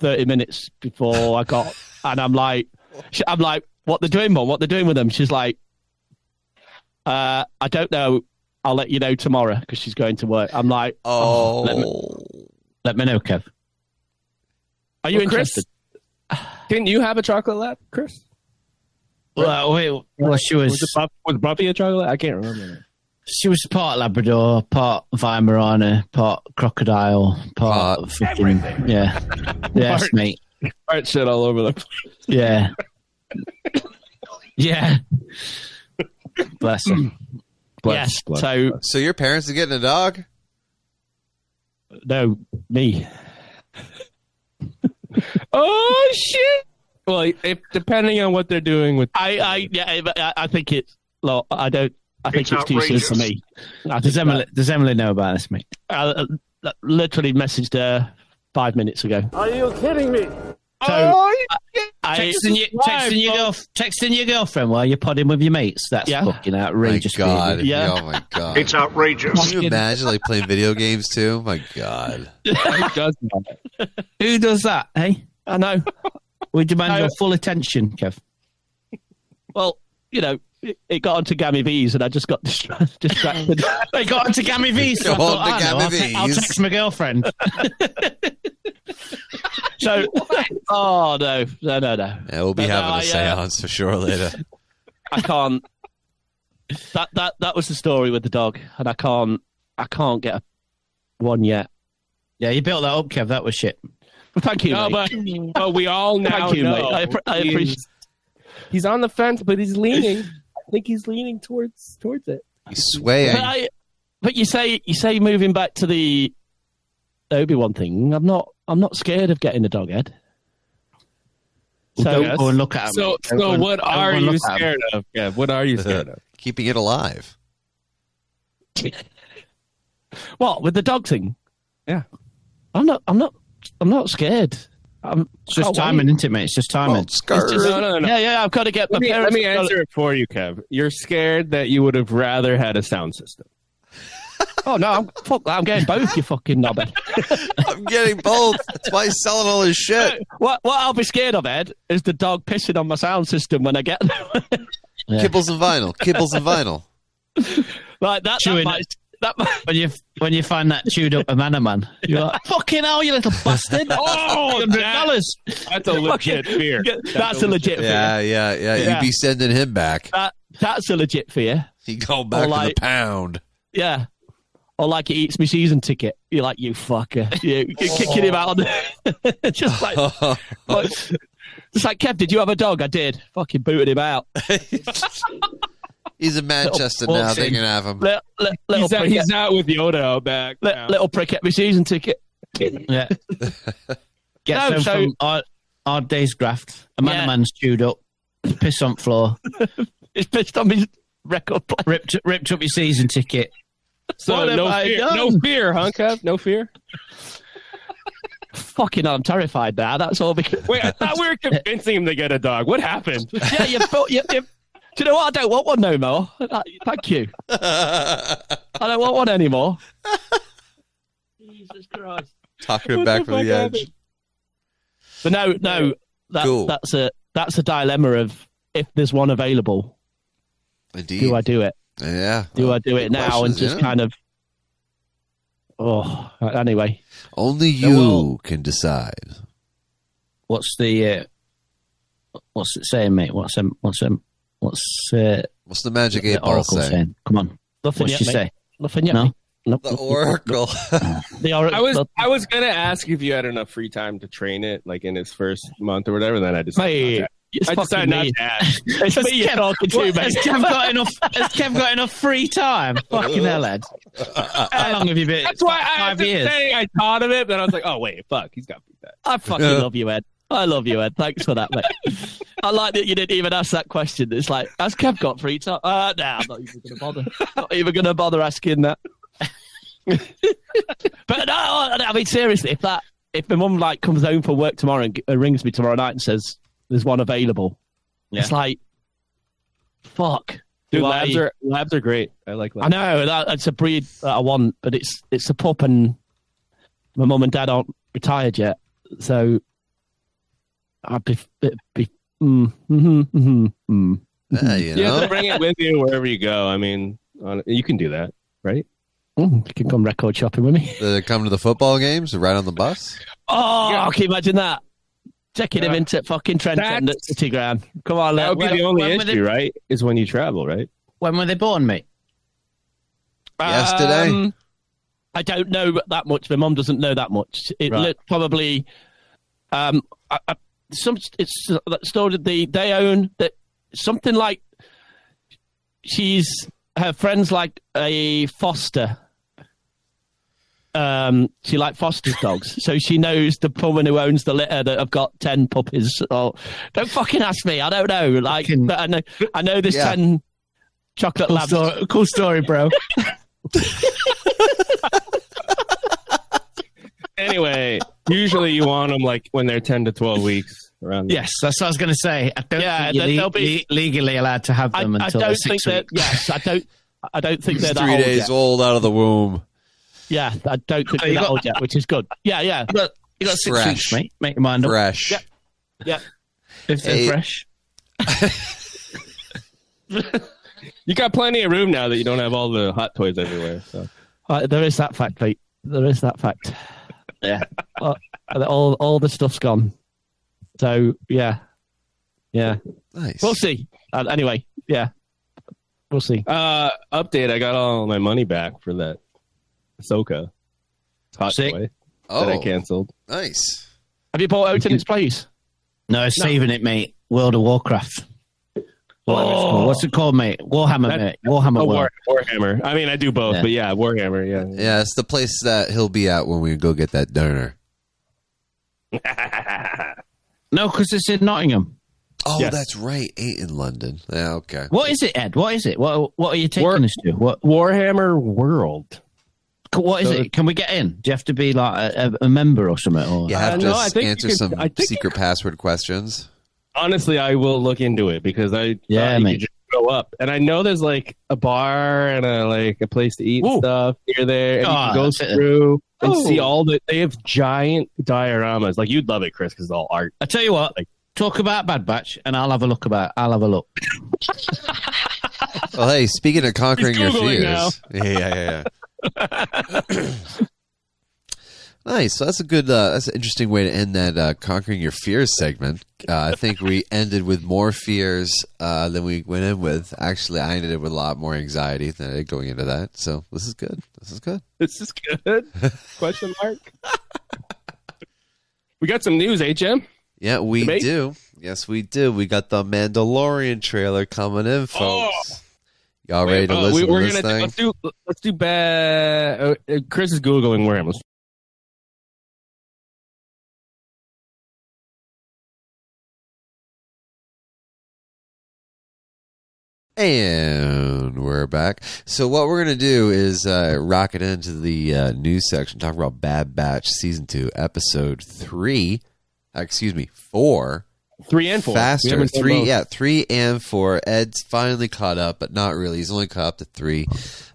30 minutes before I got, and I'm like, sh- I'm like, what they're doing, mum? What they're doing with them? She's like, uh, I don't know. I'll let you know tomorrow because she's going to work. I'm like, Oh. Let me, let me know, Kev. are you Well, Chris, interested? Didn't you have a chocolate lab, Chris? Well, wait, well, she was, Was it Bob, was Bobby a chocolate? I can't remember. she was part Labrador, part Weimaraner, part crocodile, part Part fucking, yeah, yes, Part- mate, Art shit all over the place. yeah, yeah. Bless her. Bless, yes. bless. So So your parents are getting a dog? no, me. Oh shit! Well, if depending on what they're doing with, I, I, yeah, I- I, I think it's. Look, I don't. I think it's, It's too soon outrageous. for me. I think Does that- Emily, does Emily know about this, mate? I uh, literally messaged her five minutes ago. Are you kidding me? So, oh, I, Texting, you, Why, texting, your bro? girlf- texting your girlfriend while you're podding with your mates. That's Yeah. fucking My outrageous. God. behaviour. Yeah. Oh my God. It's outrageous. Can you imagine like playing video games too? My God. who does that? Who does that, hey? I know. We demand I- your full attention, Kev. Well, you know, it, it got onto Gammy V's and I just got distra- distracted. They got onto Gammy V's. So I Go on thought, to I know, I'll, Gammy te- I'll V's. text my girlfriend. so, oh no, no, no, no. Yeah, we'll be But, having uh, a yeah. seance for sure later. I can't. That that that was the story with the dog, and I can't. I can't get a, one yet. yeah, you built that up, Kev. That was shit. Thank you. No, mate. but but we all now Thank you, know. mate. I appre- I he's- appreciate- He's on the fence, but he's leaning. I think he's leaning towards towards it. He's swaying. But, I, but you say you say moving back to the Obi Wan thing. I'm not. I'm not scared of getting a dog head. Don't So go and look at him. So Don't go so and- what don't go are and you look at him. scared of? Yeah, what are you scared of? Keeping it alive. what with the dog thing? Yeah. I'm not. I'm not. I'm not scared. I'm It's just I'll timing, isn't it, mate? It's just timing. Well, scar- just- No, no, no. wait. Yeah, yeah. I've got to get my Let me, let parents. me have got to- answer it for you, Kev. You're scared that you would have rather had a sound system. Oh no! I'm, fuck that. I'm getting both. You fucking knobhead. I'm getting both. That's why he's selling all his shit. What what I'll be scared of, Ed, is the dog pissing on my sound system when I get there. Yeah. Kibbles and vinyl. Kibbles and vinyl. like that. That Chewing might, it. that might. when you when you find that chewed up banana man, you're like, "Fucking hell, you little bastard!" Oh, dollars. that's a legit fucking- fear. That's, a legit fear. Yeah, yeah, yeah. Yeah. You'd be sending him back. That that's a legit fear. He go back like- to the pound. Yeah. Or like it eats me season ticket. You're like, you fucker. You, you're kicking Oh. him out. just like, Oh, like- it's like, Kev, did you have a dog? I did. Fucking booted him out. he's in Manchester Little now. They boxing. can have him. Little, little, He's prick, not, he's not with Yoda out back. li- now. little prick at me season ticket. Yeah. Gets No, home so- from our, our day's graft. A man Yeah. a man's chewed up, piss on floor, It's pissed on his record player. ripped ripped up your season ticket. so what have no I fear, done? no fear, huh, Kev? No fear. Fucking hell, I'm terrified now. That's all because. Wait, I thought we were convincing him to get a dog. What happened? yeah, you, bu- you, you, do you know what? I don't want one no more. That- Thank you. I don't want one anymore. Jesus Christ. Talking him back the from the fuck edge. happened? But no, no, that, Cool. that's a that's a dilemma of if there's one available, Indeed. do I do it? yeah. Do Well, I do it good now and questions, just yeah. kind of? Oh, anyway, Only you well- can decide. What's the uh, what's it saying, mate? What's um, what's um, what's uh, What's the magic the eight ball oracle say? saying? Come on, nothing what's yet. she mate. say? Nothing yet. No? mate. Nope. The oracle. The oracle. I was I was gonna ask if you had enough free time to train it, like in its first month or whatever. Then I decided. Mate, not it's to. I fucking decided not me. to ask. It's me you're talking to, What, has mate. Kev got enough? Has Kev got enough free time? Fucking hell, Ed. How long have you been? That's why I Five was years. saying I thought of it, but I was like, oh wait, fuck, he's got beat that. I fucking Yeah. love you, Ed. I love you, Ed. Thanks for that, mate. I like that you didn't even ask that question. It's like, has Kev got free time? Uh, nah, I'm not even going to bother. not even going to bother asking that. But no, I mean seriously, if that if my mum like comes home from work tomorrow and, g- and rings me tomorrow night and says there's one available, it's like fuck. Dude, do I- labs are labs are great. I like I labs. know that, that's a breed that I want, but it's it's a pup, and my mum and dad aren't retired yet, so I'd be be, be mm, mm-hmm, mm-hmm, mm. Ah, you You have know? to bring it with you wherever you go. I mean, on, you can do that, right? Mm, you can come record shopping with me. They come to the football games, ride on the bus. Oh, can you imagine that? Taking him Yeah. into fucking Trenton That's- at City Ground. Come on, That let would be well, the only when would issue, it- right? Is when you travel, right? When were they born, mate? Yesterday? Um, I don't know that much. My mum doesn't know that much. It Right. looked probably um, I, I, some. It's uh, that story that they they own that something like she's her friends like a foster. Um, she like fosters dogs, so she knows the woman who owns the litter that have got ten puppies. Or don't fucking ask me. I don't know. Like, Fucking- but I know I know there's Yeah. ten chocolate Cool, labs. story, cool story, bro. Anyway, usually you want them like when they're ten to twelve weeks around. yes, that's what I was going to say. I don't Yeah, think you're they'll le- be- le- legally allowed to have I, them I until don't they're think six that. weeks. Yes, I don't. I don't think He's they're that three old days yet. old out of the womb. Yeah, I don't think Oh, they're you that got- old yet, which is good. Yeah, yeah, You got, you got six Fresh. weeks, mate. Make your mind up. Fresh. Yeah. yeah. If they're Hey. fresh. You got plenty of room now that you don't have all the hot toys everywhere. So Uh, there is that fact, mate. There is that fact. Yeah. Uh, all all the stuff's gone. So yeah, yeah. Nice. We'll see. Uh, anyway, yeah, we'll see. Uh, update: I got all my money back for that Ahsoka hot Sick. toy oh, that I canceled. nice. Have you bought out in its place? No, it's saving it, mate. World of Warcraft. Whatever it's Oh. called. What's it called, mate? Warhammer, That- mate. Warhammer Oh, World. War, Warhammer. I mean, I do both, Yeah. but yeah, Warhammer. Yeah. Yeah, it's the place that he'll be at when we go get that dinner. No, because it's in Nottingham. Oh, Yes. that's right. Ain't in London. Yeah, okay. What is it, Ed? What is it? What What are you taking War- us to? What Warhammer World. What is So- it? Can we get in? Do you have to be like a, a member or something? Or You Uh, have to no, s- I think you answer could- some I think you secret password questions. Honestly, I will look into it because I Yeah, thought you mate. could just go up, and I know there's like a bar and a like a place to eat and Ooh. stuff here there, and Ah, you can that's go it. through and Ooh. see all the. They have giant dioramas. Like you'd love it, Chris, because it's all art. I tell you what, Like- talk about Bad Batch, and I'll have a look about. I'll have a look. Well, hey, speaking of conquering your Googling fears, now. yeah, yeah, yeah. nice. So that's a good. Uh, that's an interesting way to end that uh, conquering your fears segment. Uh, I think we ended with more fears uh, than we went in with. Actually, I ended it with a lot more anxiety than I did going into that. So this is good. This is good. This is good. Question mark. we got some news, HM. Yeah, we Debate? do. Yes, we do. We got the Mandalorian trailer coming in, folks. Y'all ready to Oh. Uh, listen we're to this gonna thing? let's do let's do bad. Uh, uh, Chris is googling Worm. Let's- And we're back. So what we're gonna do is uh, rocket into the uh, news section, talk about Bad Batch season two, episode three. uh, excuse me, four. Three and four. We Faster, haven't done three, both. yeah, three and four. Ed's finally caught up, but not really. He's only caught up to three.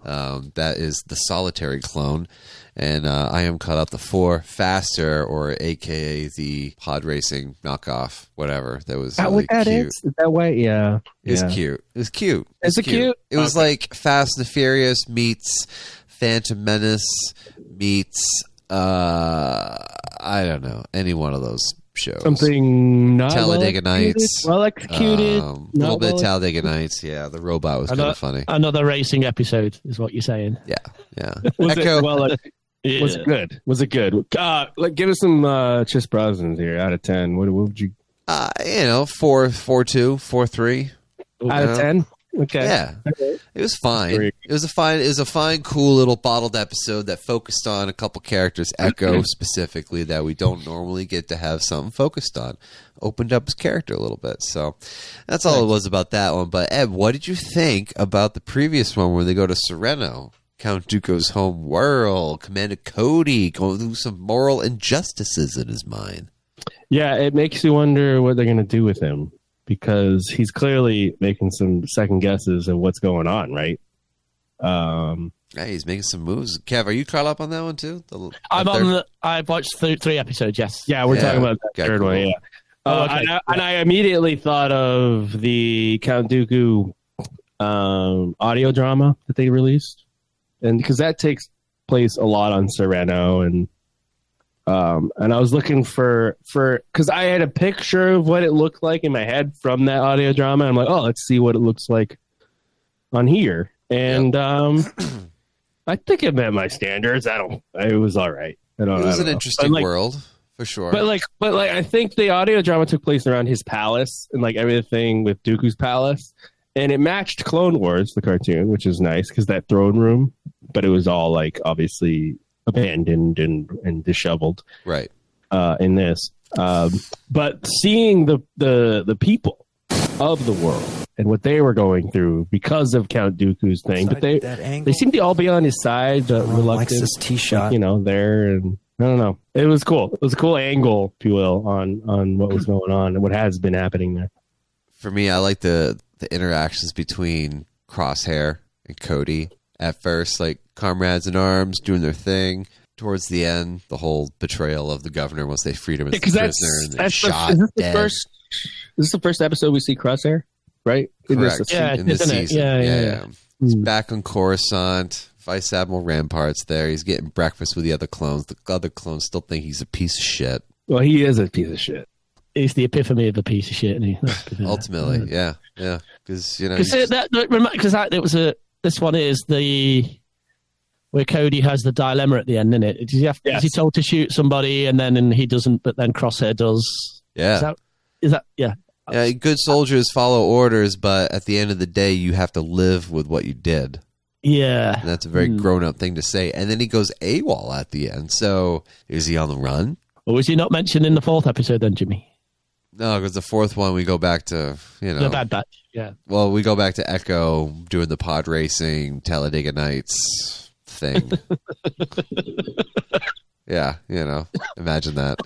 Um, that is the solitary clone, and uh, I am caught up to four. Faster, or AKA the pod racing knockoff, whatever. That was Is that really what that cute. is? Is that way? Yeah. It was Yeah. cute. It was cute. It Is was it cute? It was like Fast and the Furious meets Phantom Menace meets uh I don't know any one of those shows. Something not Talladega well executed, Nights. Well executed. Um, a not little bit of well- Talladega Nights. Yeah, the robot was I kind know- of funny. Another racing episode is what you're saying. Yeah, yeah. was Echo. it well? ex- Was Yeah. it good? Was it good? Uh, like, give us some uh, Chris Brosnans here out of ten. What, what would you? uh, you know, four, four, two, four, three. Out Yeah. of ten. Okay. Uh-huh. Yeah, it was fine. Very- It was a fine. It was a fine, cool little bottled episode that focused on a couple characters, Echo specifically, that we don't normally get to have something focused on. Opened up his character a little bit, so that's all it was about that one. But Ed, what did you think about the previous one where they go to Sereno? Count Dooku's home world, Commander Cody going through some moral injustices in his mind. Yeah, it makes you wonder what they're going to do with him because he's clearly making some second guesses of what's going on, right? Um, Hey, he's making some moves. Kev, are you caught up on that one too? The- I'm the on. third- The, I've watched th- three episodes. Yes. yeah, we're Yeah, talking about that okay, third one. cool. Yeah. Oh, Uh, okay. and, I, and I immediately thought of the Count Dooku um, audio drama that they released, and because that takes place a lot on Sereno, and um, and I was looking for for because I had a picture of what it looked like in my head from that audio drama. I'm like, oh, let's see what it looks like on here, and um, I think it met my standards. I don't. It was all right. I don't. It I was an don't know. interesting But, like, world for sure. but like, but like, I think the audio drama took place around his palace and like everything with Dooku's palace, and it matched Clone Wars, the cartoon, which is nice because that throne room, but it was all like obviously abandoned and and disheveled right. uh, in this. Um, but seeing the the the people of the world and what they were going through because of Count Dooku's thing, but they that angle. they seem to all be on his side, but Everyone likes reluctant this tee shot. you know there and i don't know it was cool it was a cool angle if you will on on what was going on and what has been happening there For me, I like the the interactions between Crosshair and Cody at first, like comrades in arms doing their thing. Towards the end, the whole betrayal of the governor once they freed him as a prisoner and then shot dead. this is the first episode we see crosshair right In this- Correct. Yeah, in this isn't it? season. Yeah, yeah, He's Hmm. back on Coruscant. Vice Admiral Rampart's there. He's getting breakfast with the other clones. The other clones still think he's a piece of shit. well he is a piece of shit He's the epiphany of a piece of shit, and he Ultimately, yeah, yeah, because you know, because he's- uh, that because that it was a this one is the where Cody has the dilemma at the end, isn't it? Does he have, Yes. Is he told to shoot somebody and then and he doesn't, but then Crosshair does? yeah, Is that is that yeah? Yeah, good soldiers follow orders, but at the end of the day, you have to live with what you did. Yeah. And that's a very Hmm. grown up thing to say. And then he goes AWOL at the end. So is he on the run? Or was he not mentioned in the fourth episode then, Jimmy? No, because the fourth one, we go back to, you know, The Bad Batch. Yeah. well, we go back to Echo doing the pod racing, Talladega Nights thing. yeah, you know, imagine that.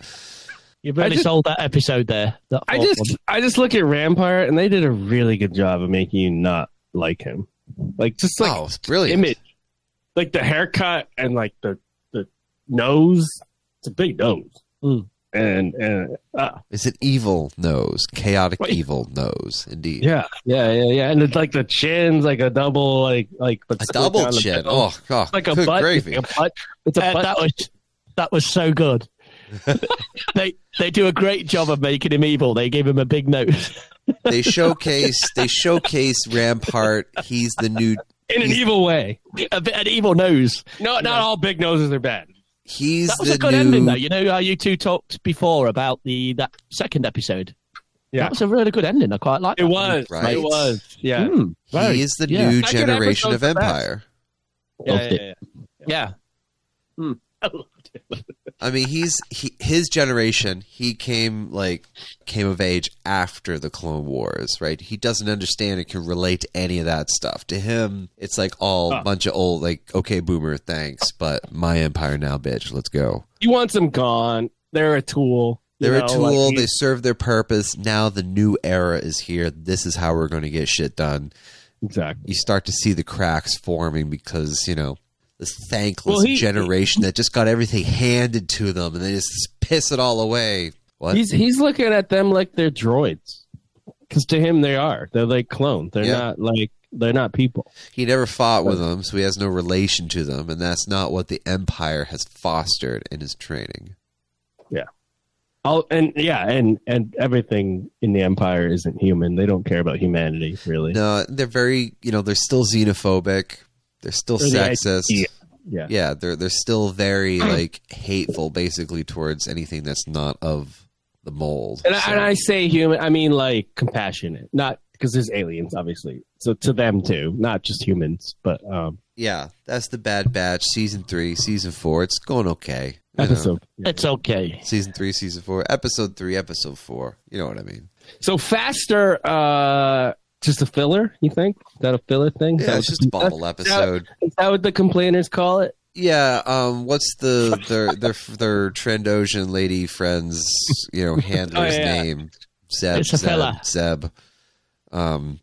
You've I really just- sold that episode there. That i fourth just i just look at rampart and they did a really good job of making you not like him like just like oh, it's brilliant. image like the haircut and like the the nose it's a big nose Mm. and and uh, It's an evil nose, chaotic Wait. evil nose, indeed. Yeah, yeah, yeah, yeah. And it's like the chin's like a double, like like but A split double down the chin. middle. Oh, God. It's like a Good butt. It's gravy. like a butt. It's a Uh, butt. that was that was so good. they they do a great job of making him evil. They gave him a big nose. they showcase they showcase Rampart. He's the new in an evil way. a bit, an evil nose. No, not all big noses are bad. he's That was a the good new ending, though. You know how you two talked before about the that second episode. Yeah. that was a really good ending. I quite like It was. Right. Hmm. It was. Yeah. Mm, he is the yeah. new Second generation episode's of the best. Empire. Yeah, Loved yeah, it. yeah. yeah. I mean, he's he, his generation. He came like came of age after the Clone Wars, right? He doesn't understand and can relate to any of that stuff. To him, it's like all Huh. bunch of old like okay boomer, thanks, but my empire now, bitch. Let's go. You want them gone. They're a tool. you They're know, a like tool. you- they serve their purpose. Now the new era is here. This is how we're going to get shit done. exactly. you start to see the cracks forming because you know this thankless Well, he- generation that just got everything handed to them and they just piss it all away. What? He's he's looking at them like they're droids, because to him they are. They're like clones. They're Yeah. not like they're not people. he never fought with them, so he has no relation to them, and that's not what the empire has fostered in his training. All, and yeah, and and everything in the empire isn't human. They don't care about humanity, really. No, they're very, you know, they're still xenophobic. They're still Or the sexist. idea. Yeah. yeah, they're they're still very like hateful, basically towards anything that's not of the mold. And, I, So- and I say human, I mean like compassionate, not because there's aliens, obviously. So to them too, not just humans, but um, Yeah, that's the Bad Batch season three, season four. It's going okay. you know. episode. It's okay. season three, season four, episode three, episode four. You know what I mean? So faster uh, Just a filler, you think? Is that a filler thing? Is Yeah, that it's what- just a bubble episode. Is that what the complainers call it? Yeah, um, what's the their their their Trandoshan lady friend's you know handler's Oh, yeah. name? Zeb, It's a Zeb, fella. Zeb. Um,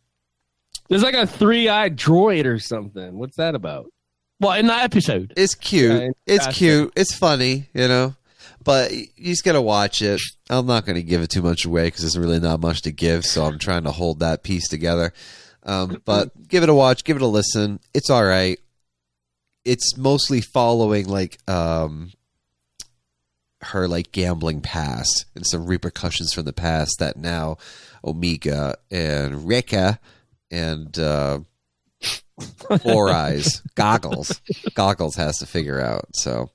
There's like a three-eyed droid or something. What's that about? What in that episode? it's cute. Yeah, it's fantastic. cute. It's funny. You know, but you just gotta watch it. I'm not gonna give it too much away because there's really not much to give. So I'm trying to hold that piece together. Um, but give it a watch. Give it a listen. It's all right. It's mostly following like um, her like gambling past and some repercussions from the past that now Omega and Rika and uh, Four Eyes Goggles Goggles has to figure out. So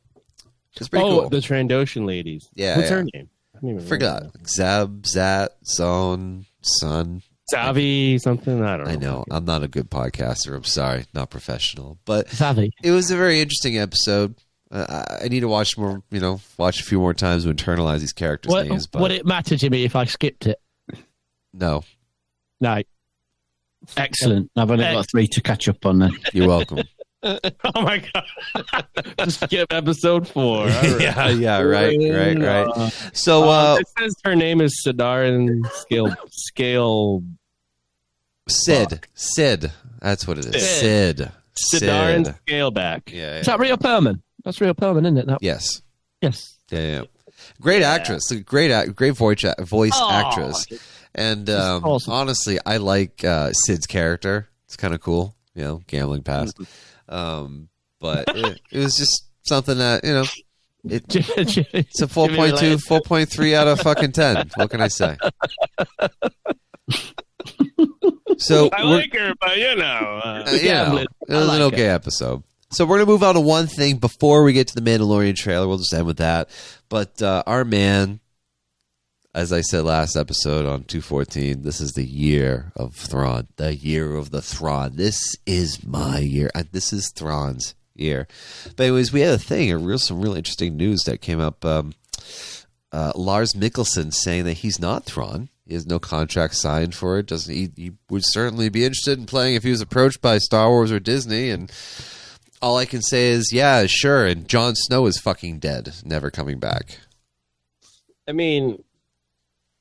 it's pretty oh, cool. the Trandoshan ladies. Yeah, What's yeah. her name? I don't even remember. Forgot Zab Zat Zone Sun. Savi something. I Oh, don't know. I know I'm not a good podcaster. I'm sorry, not professional, but Savvy. it was a very interesting episode. Uh, I- I need to watch more, you know, watch a few more times to internalize these characters' What, names. But would it matter to me if I skipped it? no, No. Excellent. I've only got three to catch up on then. you're welcome. Oh my god! Just skip episode four. All right. yeah, Uh, yeah, right, right, right. So, Uh, uh, it says her name is Sadarin Scale Scale Sid, Sid, that's what it is. Sid. Sid, Sadarin Sid. Scaleback. Yeah, Is yeah. that Rio Perman? That's Rio Perman, isn't it? That, yes, Yes. yeah, yeah. Great actress, great, ac- great voice, a- voice Oh, actress, and um, awesome. honestly, I like uh, Sid's character. It's kind of cool, you know, gambling past. Um, but it, it was just something that you know, it, it's a Give me the 4.2, light. 4.3 out of fucking ten. What can I say? So I we're- like her, but you know, uh, Uh, yeah, Gambling. it was an like okay episode. So we're gonna move on to one thing before we get to the Mandalorian trailer. We'll just end with that. But uh, our man, as I said last episode on two fourteen, this is the year of Thrawn, the year of the Thrawn. This is my year. Uh, this is Thrawn's year. But anyways, we had a thing, a real some really interesting news that came up. Um, uh, Lars Mikkelsen saying that he's not Thrawn. He has no contract signed for it. Doesn't he, he would certainly be interested in playing if he was approached by Star Wars or Disney. And all I can say is, yeah, sure. And Jon Snow is fucking dead, never coming back. I mean,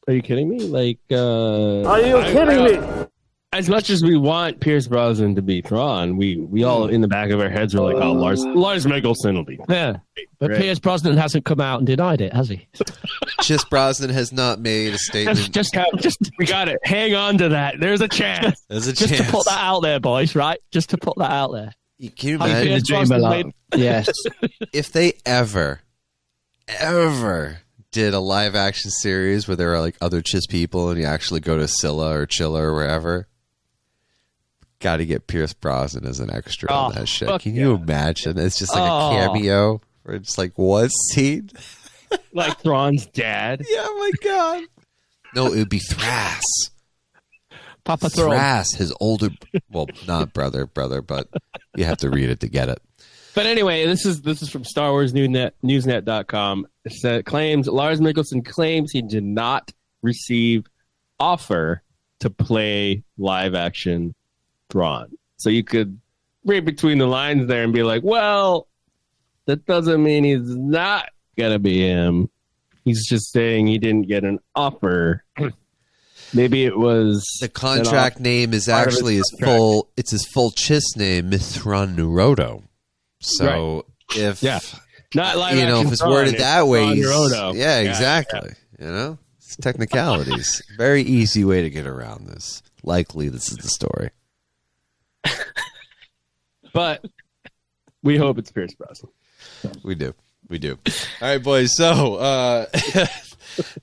are you kidding me? Like, uh, are you kidding me? As much as we want Pierce Brosnan to be Thrawn, we we all in the back of our heads are like, oh, Lars Lars Mikkelsen will be. Yeah. But Right. Piers Brosnan hasn't come out and denied it, has he? Just Brosnan has not made a statement. Just, just, just, We got it. Hang on to that. There's a chance. There's a just chance. to put that out there, boys, right? Just to put that out there. Can you How you imagine? feel? The dream Brosnan alive. made- Yes. if they ever, ever did a live action series where there are like other Chiss people and you actually go to Scylla or Chilla or wherever, got to get Pierce Brosnan as an extra on Oh, that shit. fuck Can you imagine? It's just like a Oh. cameo. Where it's like what scene? Like Thrawn's dad. Yeah, my god. No, it would be Thrass. Papa Thrawn. Thrass, his older, well, not brother, brother, but you have to read it to get it. But anyway, this is this is from Star Wars Newsnet, Newsnet.com. It said, claims Lars Mikkelsen claims he did not receive offer to play live action Thrawn. So you could read between the lines there and be like, well, that doesn't mean he's not gonna be him. He's just saying he didn't get an offer. Maybe it was The an contract name is Part of his actually his contract. full. It's his full chist name, Mithran Nurodo. So if Yeah. offer- not live you know action if it's Thrawn, worded that way, Thrawn he's- Naruto. yeah, exactly. You know, it's technicalities. Very easy way to get around this. Likely, this is the story. But we hope it's Pierce Brosnan. We do. We do. All right, boys. So, uh,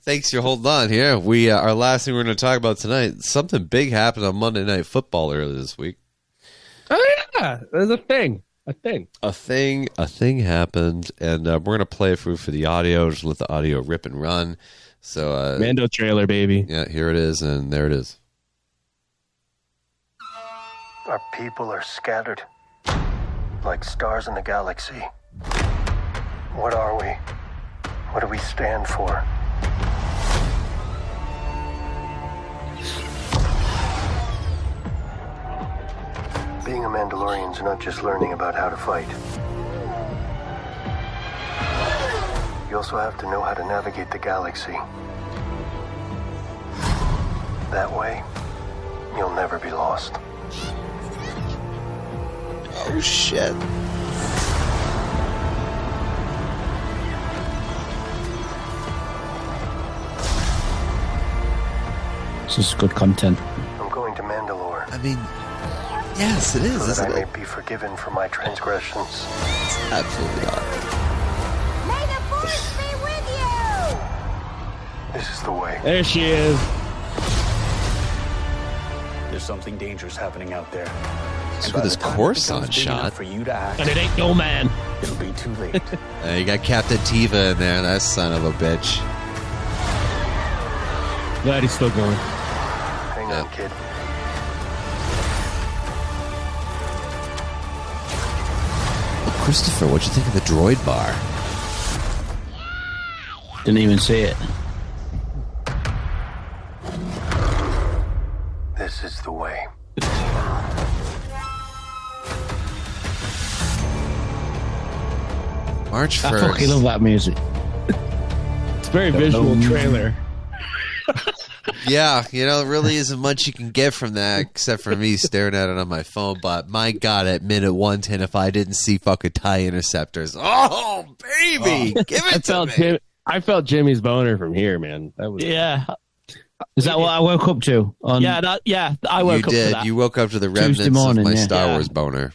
thanks for holding on here. We uh, our last thing we're going to talk about tonight. Something big happened on Monday Night Football earlier this week. Oh yeah, there's a thing, a thing. a thing a thing happened and uh, we're gonna play through for the audio just let the audio rip and run so uh Mando trailer, baby. yeah here it is and there it is Our people are scattered like stars in the galaxy. What are we? What do we stand for? Being a Mandalorian's not just learning about how to fight. You also have to know how to navigate the galaxy. That way, you'll never be lost. Oh shit. This is good content. I'm going to Mandalore I mean, yes, it is, so that I isn't may it? be forgiven for my transgressions. Absolutely not. May the force be with you! This is the way. There she is. There's something dangerous happening out there. It's By with his the time it Coruscant becomes big enough shot. For you to act, And it ain't no man. it'll be too late. Uh, you got Captain Tiva in there, that son of a bitch. Glad he's still going. Hang on, kid. Christopher, what'd you think of the droid bar? Didn't even see it. This is the way. March I 1st. fucking love that music. It's very visual trailer. Yeah, you know, there really isn't much you can get from that except for me staring at it on my phone. But my God, at minute 110, if I didn't see fucking tie interceptors, oh, baby, give I it to felt me. Jim, I felt Jimmy's boner from here, man. That was Yeah. Is that what I woke up to? On Yeah, that, yeah. I woke Um, you up to did. that. You woke up to the remnants morning, of my yeah. Star Yeah. Wars boner.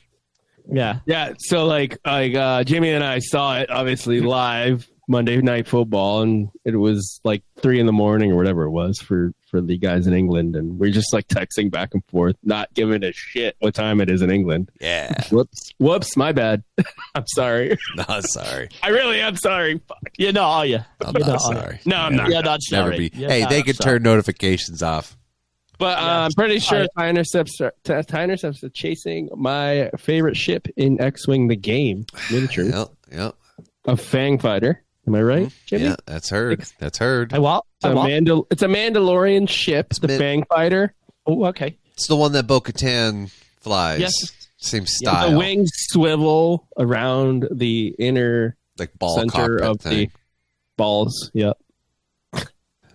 yeah. Yeah, so like like uh Jimmy and I saw it obviously live Monday night football and it was like three in the morning or whatever it was for for the guys in England and we're just like texting back and forth, not giving a shit what time it is in England. Yeah. Whoops. Whoops, my bad. I'm sorry. No, sorry. I really am sorry. Fuck. You're not, are you? I'm You're not are you? sorry. No, I'm not. You're not Never sorry. be. You're hey, not they could sorry. turn notifications off. But uh, Yeah. I'm pretty sure I- Ty intercepts are- Ty Ty intercepts are chasing my favorite ship in X-wing, the game miniature Yep, yep. of Fang Fighter. Am I right, Jimmy? Mm-hmm. Yeah, that's heard. That's heard. Hey, what? It's a, Hey, what? Mandal- it's a Mandalorian ship, the mid- Fang Fighter. Oh, okay. It's the one that Bo Katan flies. Yes. Same Yeah, style. the wings swivel around the inner Like ball center cockpit of thing. the balls. Yeah.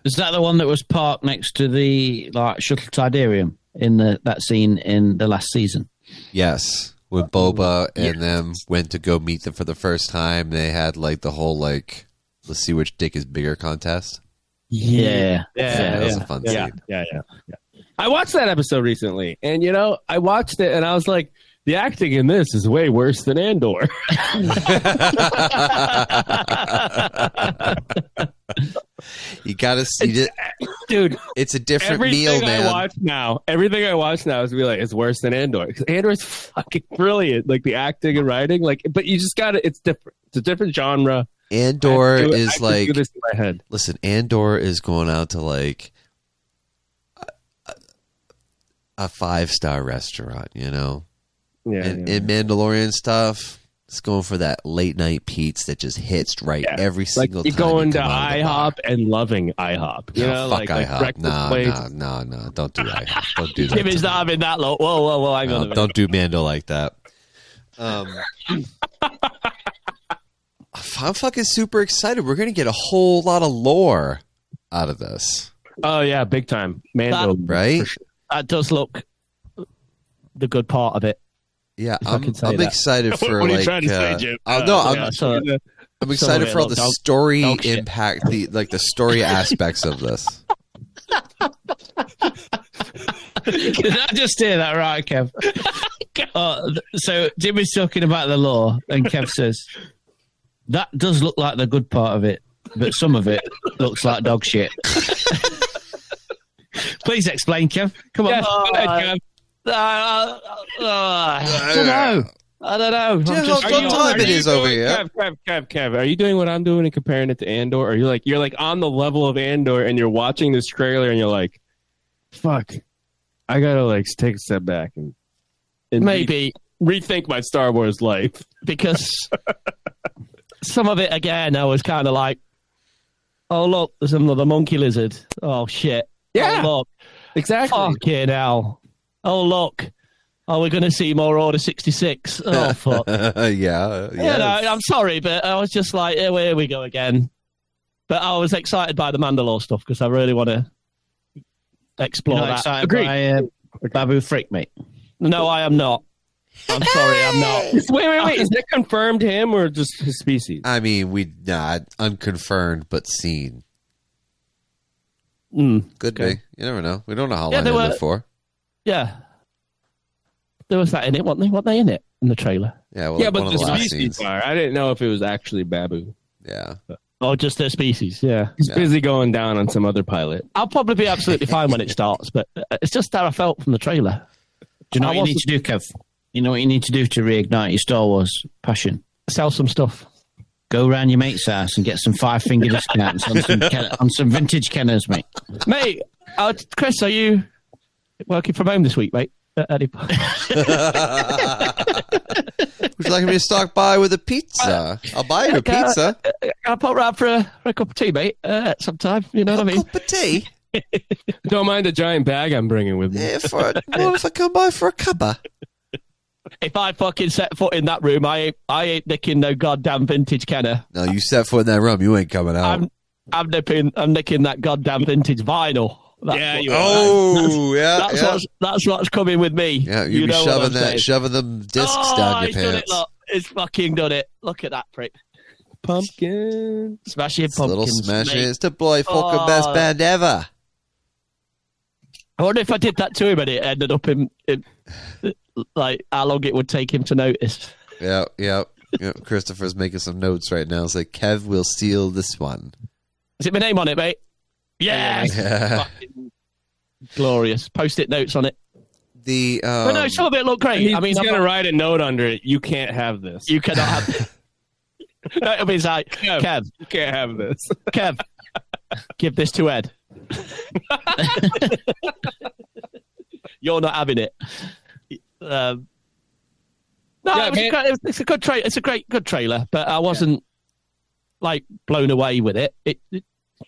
Is that the one that was parked next to the like shuttle Tidarium in the that scene in the last season? Yes, when Boba and them went to go meet them for the first time, they had like the whole like let's see which dick is bigger contest. Yeah. that was a fun yeah, scene. yeah, yeah, yeah. I watched that episode recently, and you know, I watched it, and I was like, the acting in this is way worse than Andor. You gotta see it. Dude, It's a different meal, everything I man. watch now, everything I watch now is gonna be like, it's worse than Andor. Because Andor's fucking brilliant, like the acting and writing, like. But you just gotta, it's different. It's a different genre. Andor I have to do it- I is have to like do this in my head. listen, Andor is going out to like a, a five star restaurant, you know, Yeah, and, yeah. and Mandalorian stuff. It's going for that late night pizza that just hits right Yeah. every like single you're time. going you to come out of the bar. IHOP and loving IHOP. You No, know, fuck like, like IHOP. breakfast no, place. no, no, no, don't do IHOP. Don't do that. Jimmy's to me. not having that look. Whoa, whoa, whoa. Hang No, on a minute. Uh, don't do Mando like that. Um, I'm fucking super excited. We're gonna get a whole lot of lore out of this, Oh yeah, big time, Mando. right? That does look the good part of it. Yeah, If I I'm, could say I'm that. excited for what are you like. trying to say, uh, Jim? oh, no, Uh, I'm, yeah, so- I'm excited Sorry, for all the look, dog- story dog shit. impact, the like the story aspects of this. Did I just hear that right, Kev? Uh, th- so Jimmy's talking about the law, and Kev says that does look like the good part of it, but some of it looks like dog shit. Please explain, Kev. Come on. Yes, Oh, go ahead, Kev. Uh, uh, uh, I don't know. I don't know. I'm Jim, just- what time it is over here? Kev, Kev, Kev, Kev, are you doing what I'm doing and comparing it to Andor? Or you are like you're like on the level of Andor and you're watching this trailer and you're like, fuck, I gotta like take a step back and, and Maybe re- rethink my Star Wars life. because some of it again I was kind of like, oh look, there's another monkey lizard. Oh shit. Yeah. Oh, look, Exactly. fucking hell. Oh look, Oh, we're going to see more Order 66. Oh, fuck. yeah. You yes. know, I'm sorry, but I was just like, here, here we go again. But I was excited by the Mandalore stuff because I really want to explore Not that. excited by uh, Babu Frick, mate. No, I am not. I'm sorry, I'm not. Wait, wait, wait. Is that confirmed him or just his species? I mean, we not unconfirmed, but seen. Mm. Could Okay. be. You never know. We don't know how Yeah, long they they're were- for. Yeah. There was that in it, wasn't there? Weren't they in it in the trailer? Yeah, well, yeah, like but one of the the last species scenes. are. I didn't know if it was actually Babu. Yeah. Or just their species? Yeah. He's Yeah. busy going down on some other pilot. I'll probably be absolutely fine when it starts, but uh, it's just how I felt from the trailer. Do you know I what you need to do, Kev? You know what you need to do to reignite your Star Wars passion? Sell some stuff. Go round your mate's house and get some five finger discounts on some Ken- on some vintage Kenners, mate. mate, uh, Chris, are you working from home this week, mate? At any point? Would you like me to stock by with a pizza? I'll buy you a okay. pizza. I'll pop round for a, for a cup of tea, mate, uh, sometime. You know what I mean? Cup of tea? Don't mind the giant bag I'm bringing with me. Yeah, for a, what if I come by for a cuppa? If I fucking set foot in that room, I ain't, I ain't nicking no goddamn vintage Kenner. No, you set foot in that room, you ain't coming out. I'm I'm nipping I'm nicking that goddamn vintage vinyl. That's Yeah, what- you oh, yeah, That's yeah. what's that's what's coming with me. yeah, you, be know what I'm shoving that, saying. shoving them discs oh, down your he's Done it, pants. look. He's fucking done it. Look at that prick. Pumpkin. Smashing It's a little pumpkins. smash. mate. It's the boy fucking Oh. best band ever. I wonder if I did that to him and it ended up in, in like how long it would take him to notice. Yeah, yeah. yeah. Christopher's making some notes right now. It's like Kev will steal this one. Is it my name on it, mate? Yes. Yeah. Fucking glorious. Post it notes on it. The um, but no, some of it looked great. He's, I mean, I'm going to not- write a note under it. You can't have this. you cannot have. no, it'll be like Kev. Kev, You can't have this. Kev, give this to Ed. You're not having it. Um, no, Yeah, it was a man. great, it was, it's a good trailer. It's a great, good trailer, but I wasn't like blown away with it. It, it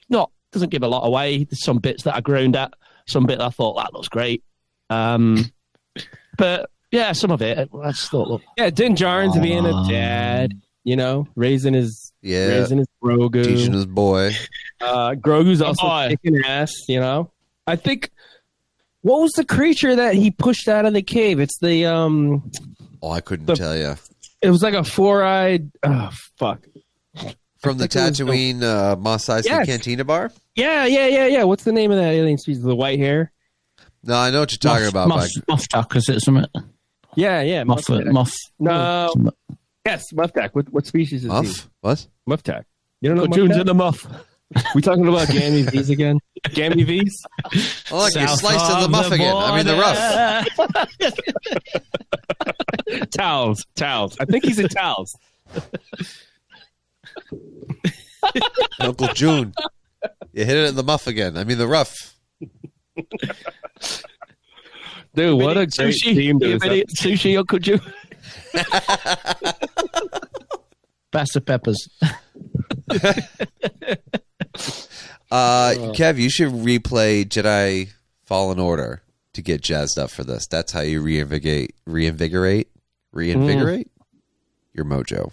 not doesn't give a lot away. There's some bits that I groaned at, some bit I thought that looks great. Um, but yeah, some of it I just thought, look, Yeah, Din Djarin's being a dad, you know, raising his yeah, raising his Grogu. teaching his boy. Uh, Grogu's also boy. kicking ass, you know. I think what was the creature that he pushed out of the cave? It's the um, Oh, I couldn't The- tell you it was like a four-eyed. Oh fuck! from the think it was the- Tatooine uh, Mos Eisley Yes. Cantina bar. Yeah, yeah, yeah, yeah. What's the name of that alien species? The white hair. No, I know what you're talking Moff- about, Mike. Moff, Moff Tuck, is it something? Yeah, yeah. Moff, Muftak. Moff. No. something. Yes, Muftak. What what species is he? Muff? What? Muftak. You don't know June's Muftak? in the muff. We talking about Gammy V's again? Gammy V's? Oh, look, you sliced in the muff again. I mean, the rough. Towels, towels. I think he's in towels. Uncle June. You hit it in the muff again. I mean, the rough. Dude, what a great sushi, team to you this made it sushi, Uncle June. Best of peppers. Uh, Oh. Kev, you should replay Jedi Fallen Order to get jazzed up for this. That's how you reinvigorate, reinvigorate, Mm. reinvigorate your mojo.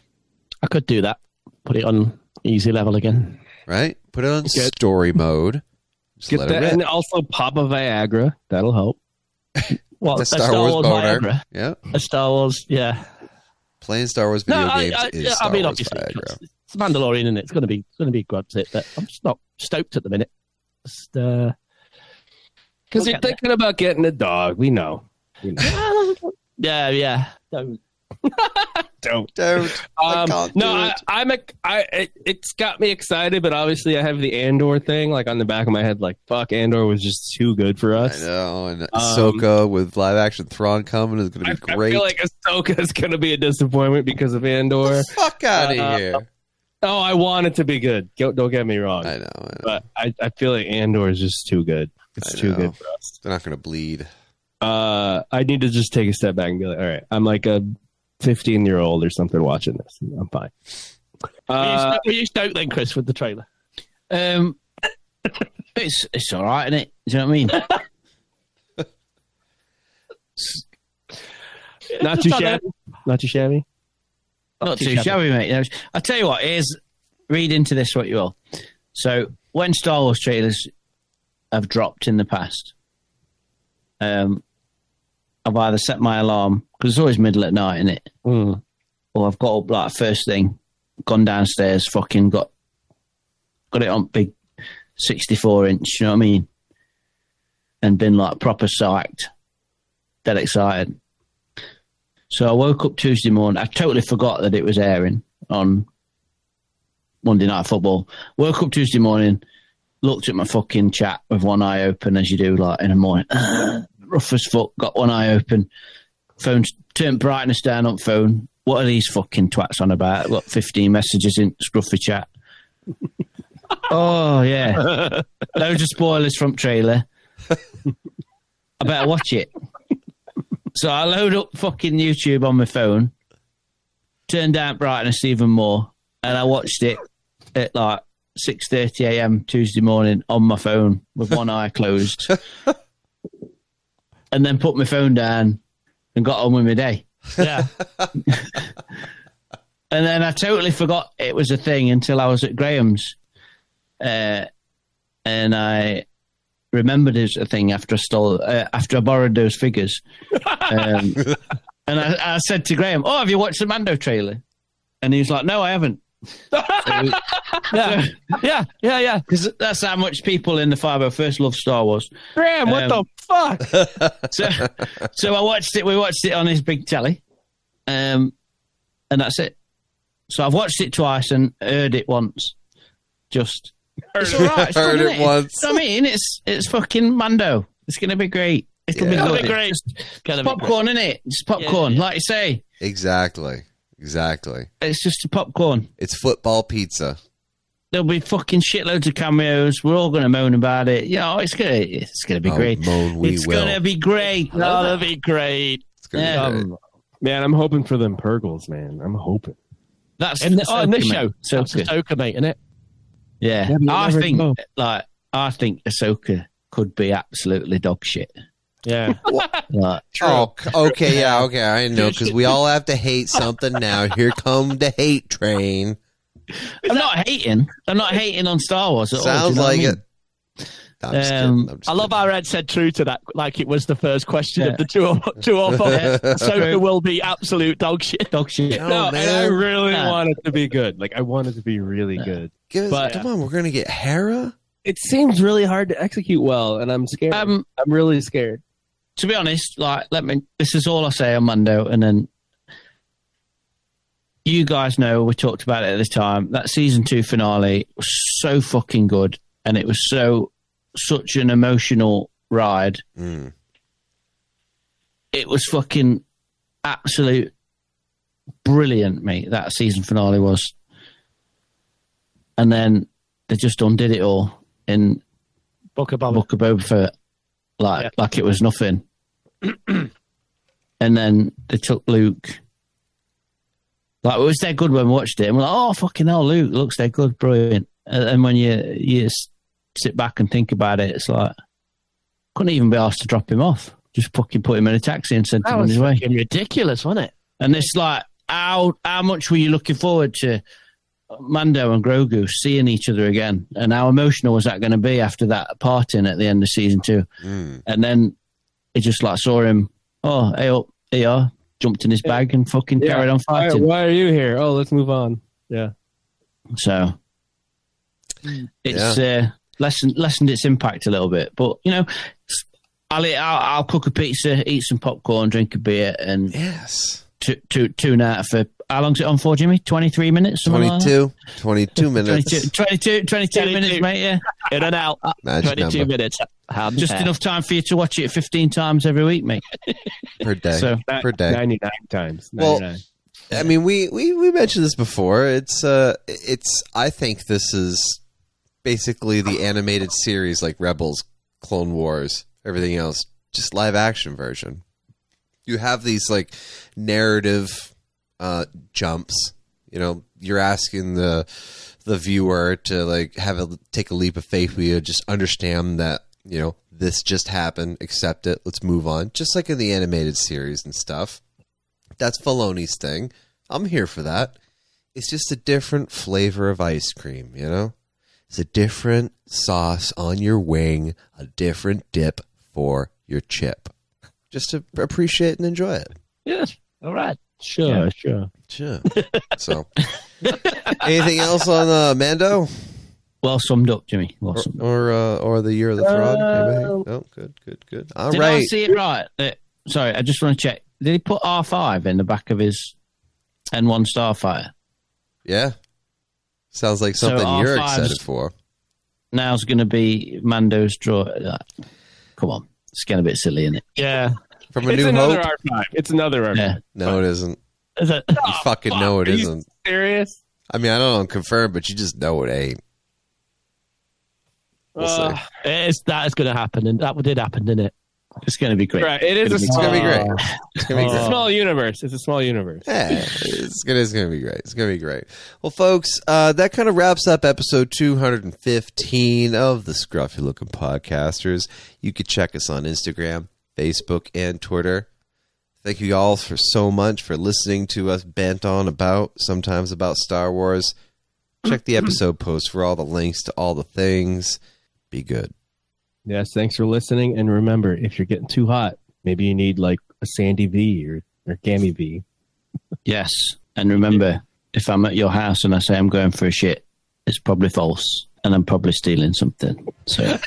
I could do that. Put it on easy level again. Right? Put it on Get- story mode. Just Get let that, it and rip. also pop a Viagra. That'll help. What The Star, Wars, boner. Viagra? Yeah, A Star Wars, yeah. playing Star Wars video I, games I, is yeah, Star I mean, Wars obviously, Viagra. it's, it's Mandalorian, and it's going to be going to be grabs it. But I'm just not stoked at the minute. Just, uh, Because We'll you're get thinking about getting a dog. We know. We know. yeah, yeah. Don't- Don't. Don't. I Um, can't no, do I, it. I'm a. I it, it's got me excited, but obviously I have the Andor thing like on the back of my head. Like fuck, Andor was just too good for I us. know. And Ahsoka with live action Thrawn coming is going to be I great. feel like Ahsoka is going to be a disappointment because of Andor. Fuck out of Uh, here. Oh, I want it to be good. Go- Don't get me wrong. I know. I know. but I, I feel like Andor is just too good. It's I too know. good for us. They're not going to bleed. Uh, I need to just take a step back and be like, all right, I'm like a 15 year old or something watching this. I'm fine. were, you Uh, stoked, were you stoked then, Chris, with the trailer? Um, it's it's all right, isn't it? Do you know what I mean? Not too shabby. Not too shabby. Not, too, shabby, mate. I'll tell you what, here's read into this what you will. So when Star Wars trailers have dropped in the past, um, I've either set my alarm because it's always middle at night, is it? Mm. Or I've got up like first thing, gone downstairs, fucking got got it on big sixty-four inch. You know what I mean? And been like proper psyched, dead excited. So I woke up Tuesday morning. I totally forgot that it was airing on Monday Night Football. Woke up Tuesday morning, looked at my fucking chat with one eye open as you do, like in the morning. Rough as fuck, got one eye open. Phone's turned brightness down on phone. What are these fucking twats on about? Got 15 messages in Scruffy chat. oh, yeah. Loads of spoilers from trailer. I better watch it. So I load up fucking YouTube on my phone, turned down brightness even more, and I watched it at like six thirty a.m. Tuesday morning on my phone with one eye closed, and then put my phone down and got on with my day. Yeah. And then I totally forgot it was a thing until I was at Graham's, uh, and I remembered it was a thing after I stole uh, after I borrowed those figures. Um, and I, I said to Graham, "Oh, have you watched the Mando trailer?" And he was like, "No, I haven't." Yeah. yeah. Yeah. Yeah. Because that's how much people in the 501st love Star Wars. Graham, what Um, the fuck? So, so I watched it. We watched it on his big telly, um, and that's it. So I've watched it twice and heard it once. Just it's all right. It's fun, Heard isn't it once. You know what I mean, it's it's fucking Mando. It's gonna be great. It'll be That'd lovely. be great. That'd be great. Popcorn, isn't it? It's popcorn, like you say. Exactly. Exactly. It's just a popcorn. It's football pizza. There'll be fucking shitloads of cameos. We're all gonna moan about it. Yeah, you know, it's gonna it's gonna be Oh, great. moan we it's will. gonna be great. Um, Oh, that'd be great. It's gonna Yeah. be great. Man, I'm hoping for them Purgles, man. I'm hoping. That's And the, that's oh, and this okay, mate. show. So That's it's good. Ahsoka, mate, isn't it? Yeah, Yeah, but you'll I never think know. like I think Ahsoka could be absolutely dog shit. Yeah. Like, Oh, c- okay, yeah, okay, I know, because we all have to hate something now. Here come the hate train. I'm not hating. I'm not hating on Star Wars. At all, do Sounds you know what I like mean? it. No, I'm just kidding, Um, I'm just I love kidding. how Ed said true to that, like it was the first question Yeah. of the two or two or four. Ahsoka will be absolute dog shit. Dog shit. Oh, no, and I man. really Nah. want it to be good. Like, I want it to be really good. Give us- but- come on, we're gonna get Hera. It seems really hard to execute well, and I'm scared. Um, I'm really scared. to be honest, like let me. This is all I say on Mando, and then you guys know we talked about it at the time. That season two finale was so fucking good, and it was so such an emotional ride. Mm. it was fucking absolute brilliant, mate. That season finale was, and then they just undid it all in Book of Boba. Book of Boba Fett, like Yeah. like it was nothing. and then they took Luke. Like it was that good when we watched it, and we're like, "Oh fucking hell, Luke looks that good, brilliant." And, and when you you s- sit back and think about it, it's like couldn't even be asked to drop him off. Just fucking put him in a taxi and sent him That on was his way. fucking ridiculous, wasn't it? And it's like, how how much were you looking forward to Mando and Grogu seeing each other again? And how emotional was that going to be after that parting at the end of season two? Mm. And then it just like saw him, oh, hey up, here you are, jumped in his bag and fucking Yeah. carried on All right, fighting. why are you here? Oh, let's move on. Yeah. so it's uh, lessened, lessened its impact a little bit. But, you know, s- I'll, eat- I'll, I'll cook a pizza, eat some popcorn, drink a beer, and Yes. two, two, tune out for how long's it on for, Jimmy? 23 minutes? something like that? 22, 22 minutes. 22, 22, 22 minutes, mate. Yeah, Uh, In and out. Magic 22 number. minutes. Hand just hair. enough time for you to watch it 15 times every week, mate. per day. So per day. 99 times. Well- 99. I mean, we, we, we mentioned this before. It's uh, it's. I think this is basically the animated series like Rebels, Clone Wars, everything else, just live action version. You have these like narrative uh, jumps. You know, you're asking the the viewer to like have a take a leap of faith. where you just understand that you know this just happened, accept it, let's move on. Just like in the animated series and stuff That's Filoni's thing. I'm here for that. It's just a different flavor of ice cream, you know? It's a different sauce on your wing, a different dip for your chip. Just to appreciate and enjoy it. Yes. All right. Sure. Yeah. Sure. Sure. So, anything else on uh, Mando? Well summed up, Jimmy. Well Or summed up. or, uh, or the Year of the Frog? Anybody? No, good, good, good. All right. Did I see it right? Uh, sorry, I just want to check. Did he put R five in the back of his N one Starfire? Yeah. Sounds like So something you're R5's excited for. Now's going to be Mando's draw. uh, Come on, it's getting a bit silly, isn't it? Yeah. From a It's new another hope? R5. It's another R5. Yeah. No, it isn't. Is it? You fucking know it Oh, Are you isn't. serious? I mean, I don't know, confirm, but you just know it ain't. We'll see. Uh, It's that is going to happen, and that did happen, didn't it? It's going to be great. right. It is a It's small, gonna be great. It's gonna be It's a great. small universe. It's a small universe. Yeah, it's gonna, it's gonna be great. It's gonna be great. Well, folks, uh, that kind of wraps up episode 215 of the Scruffy Looking Podcasters. You could check us on Instagram, Facebook, and Twitter. Thank you all for so much for listening to us bent on about sometimes about Star Wars. Check the episode post for all the links to all the things. Be good. Yes, thanks for listening. And remember, if you're getting too hot, maybe you need like a Sandy V or, or Gammy V. Yes. And remember, if I'm at your house and I say I'm going for a shit, it's probably false. And I'm probably stealing something. So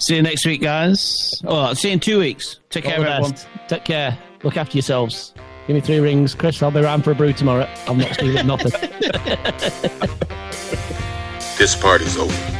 see you next week, guys. Oh, see you in two weeks. Take All care, the everyone. best. Take care. Look after yourselves. Give me three rings, Chris. I'll be around for a brew tomorrow. I'm not stealing nothing. This party's over.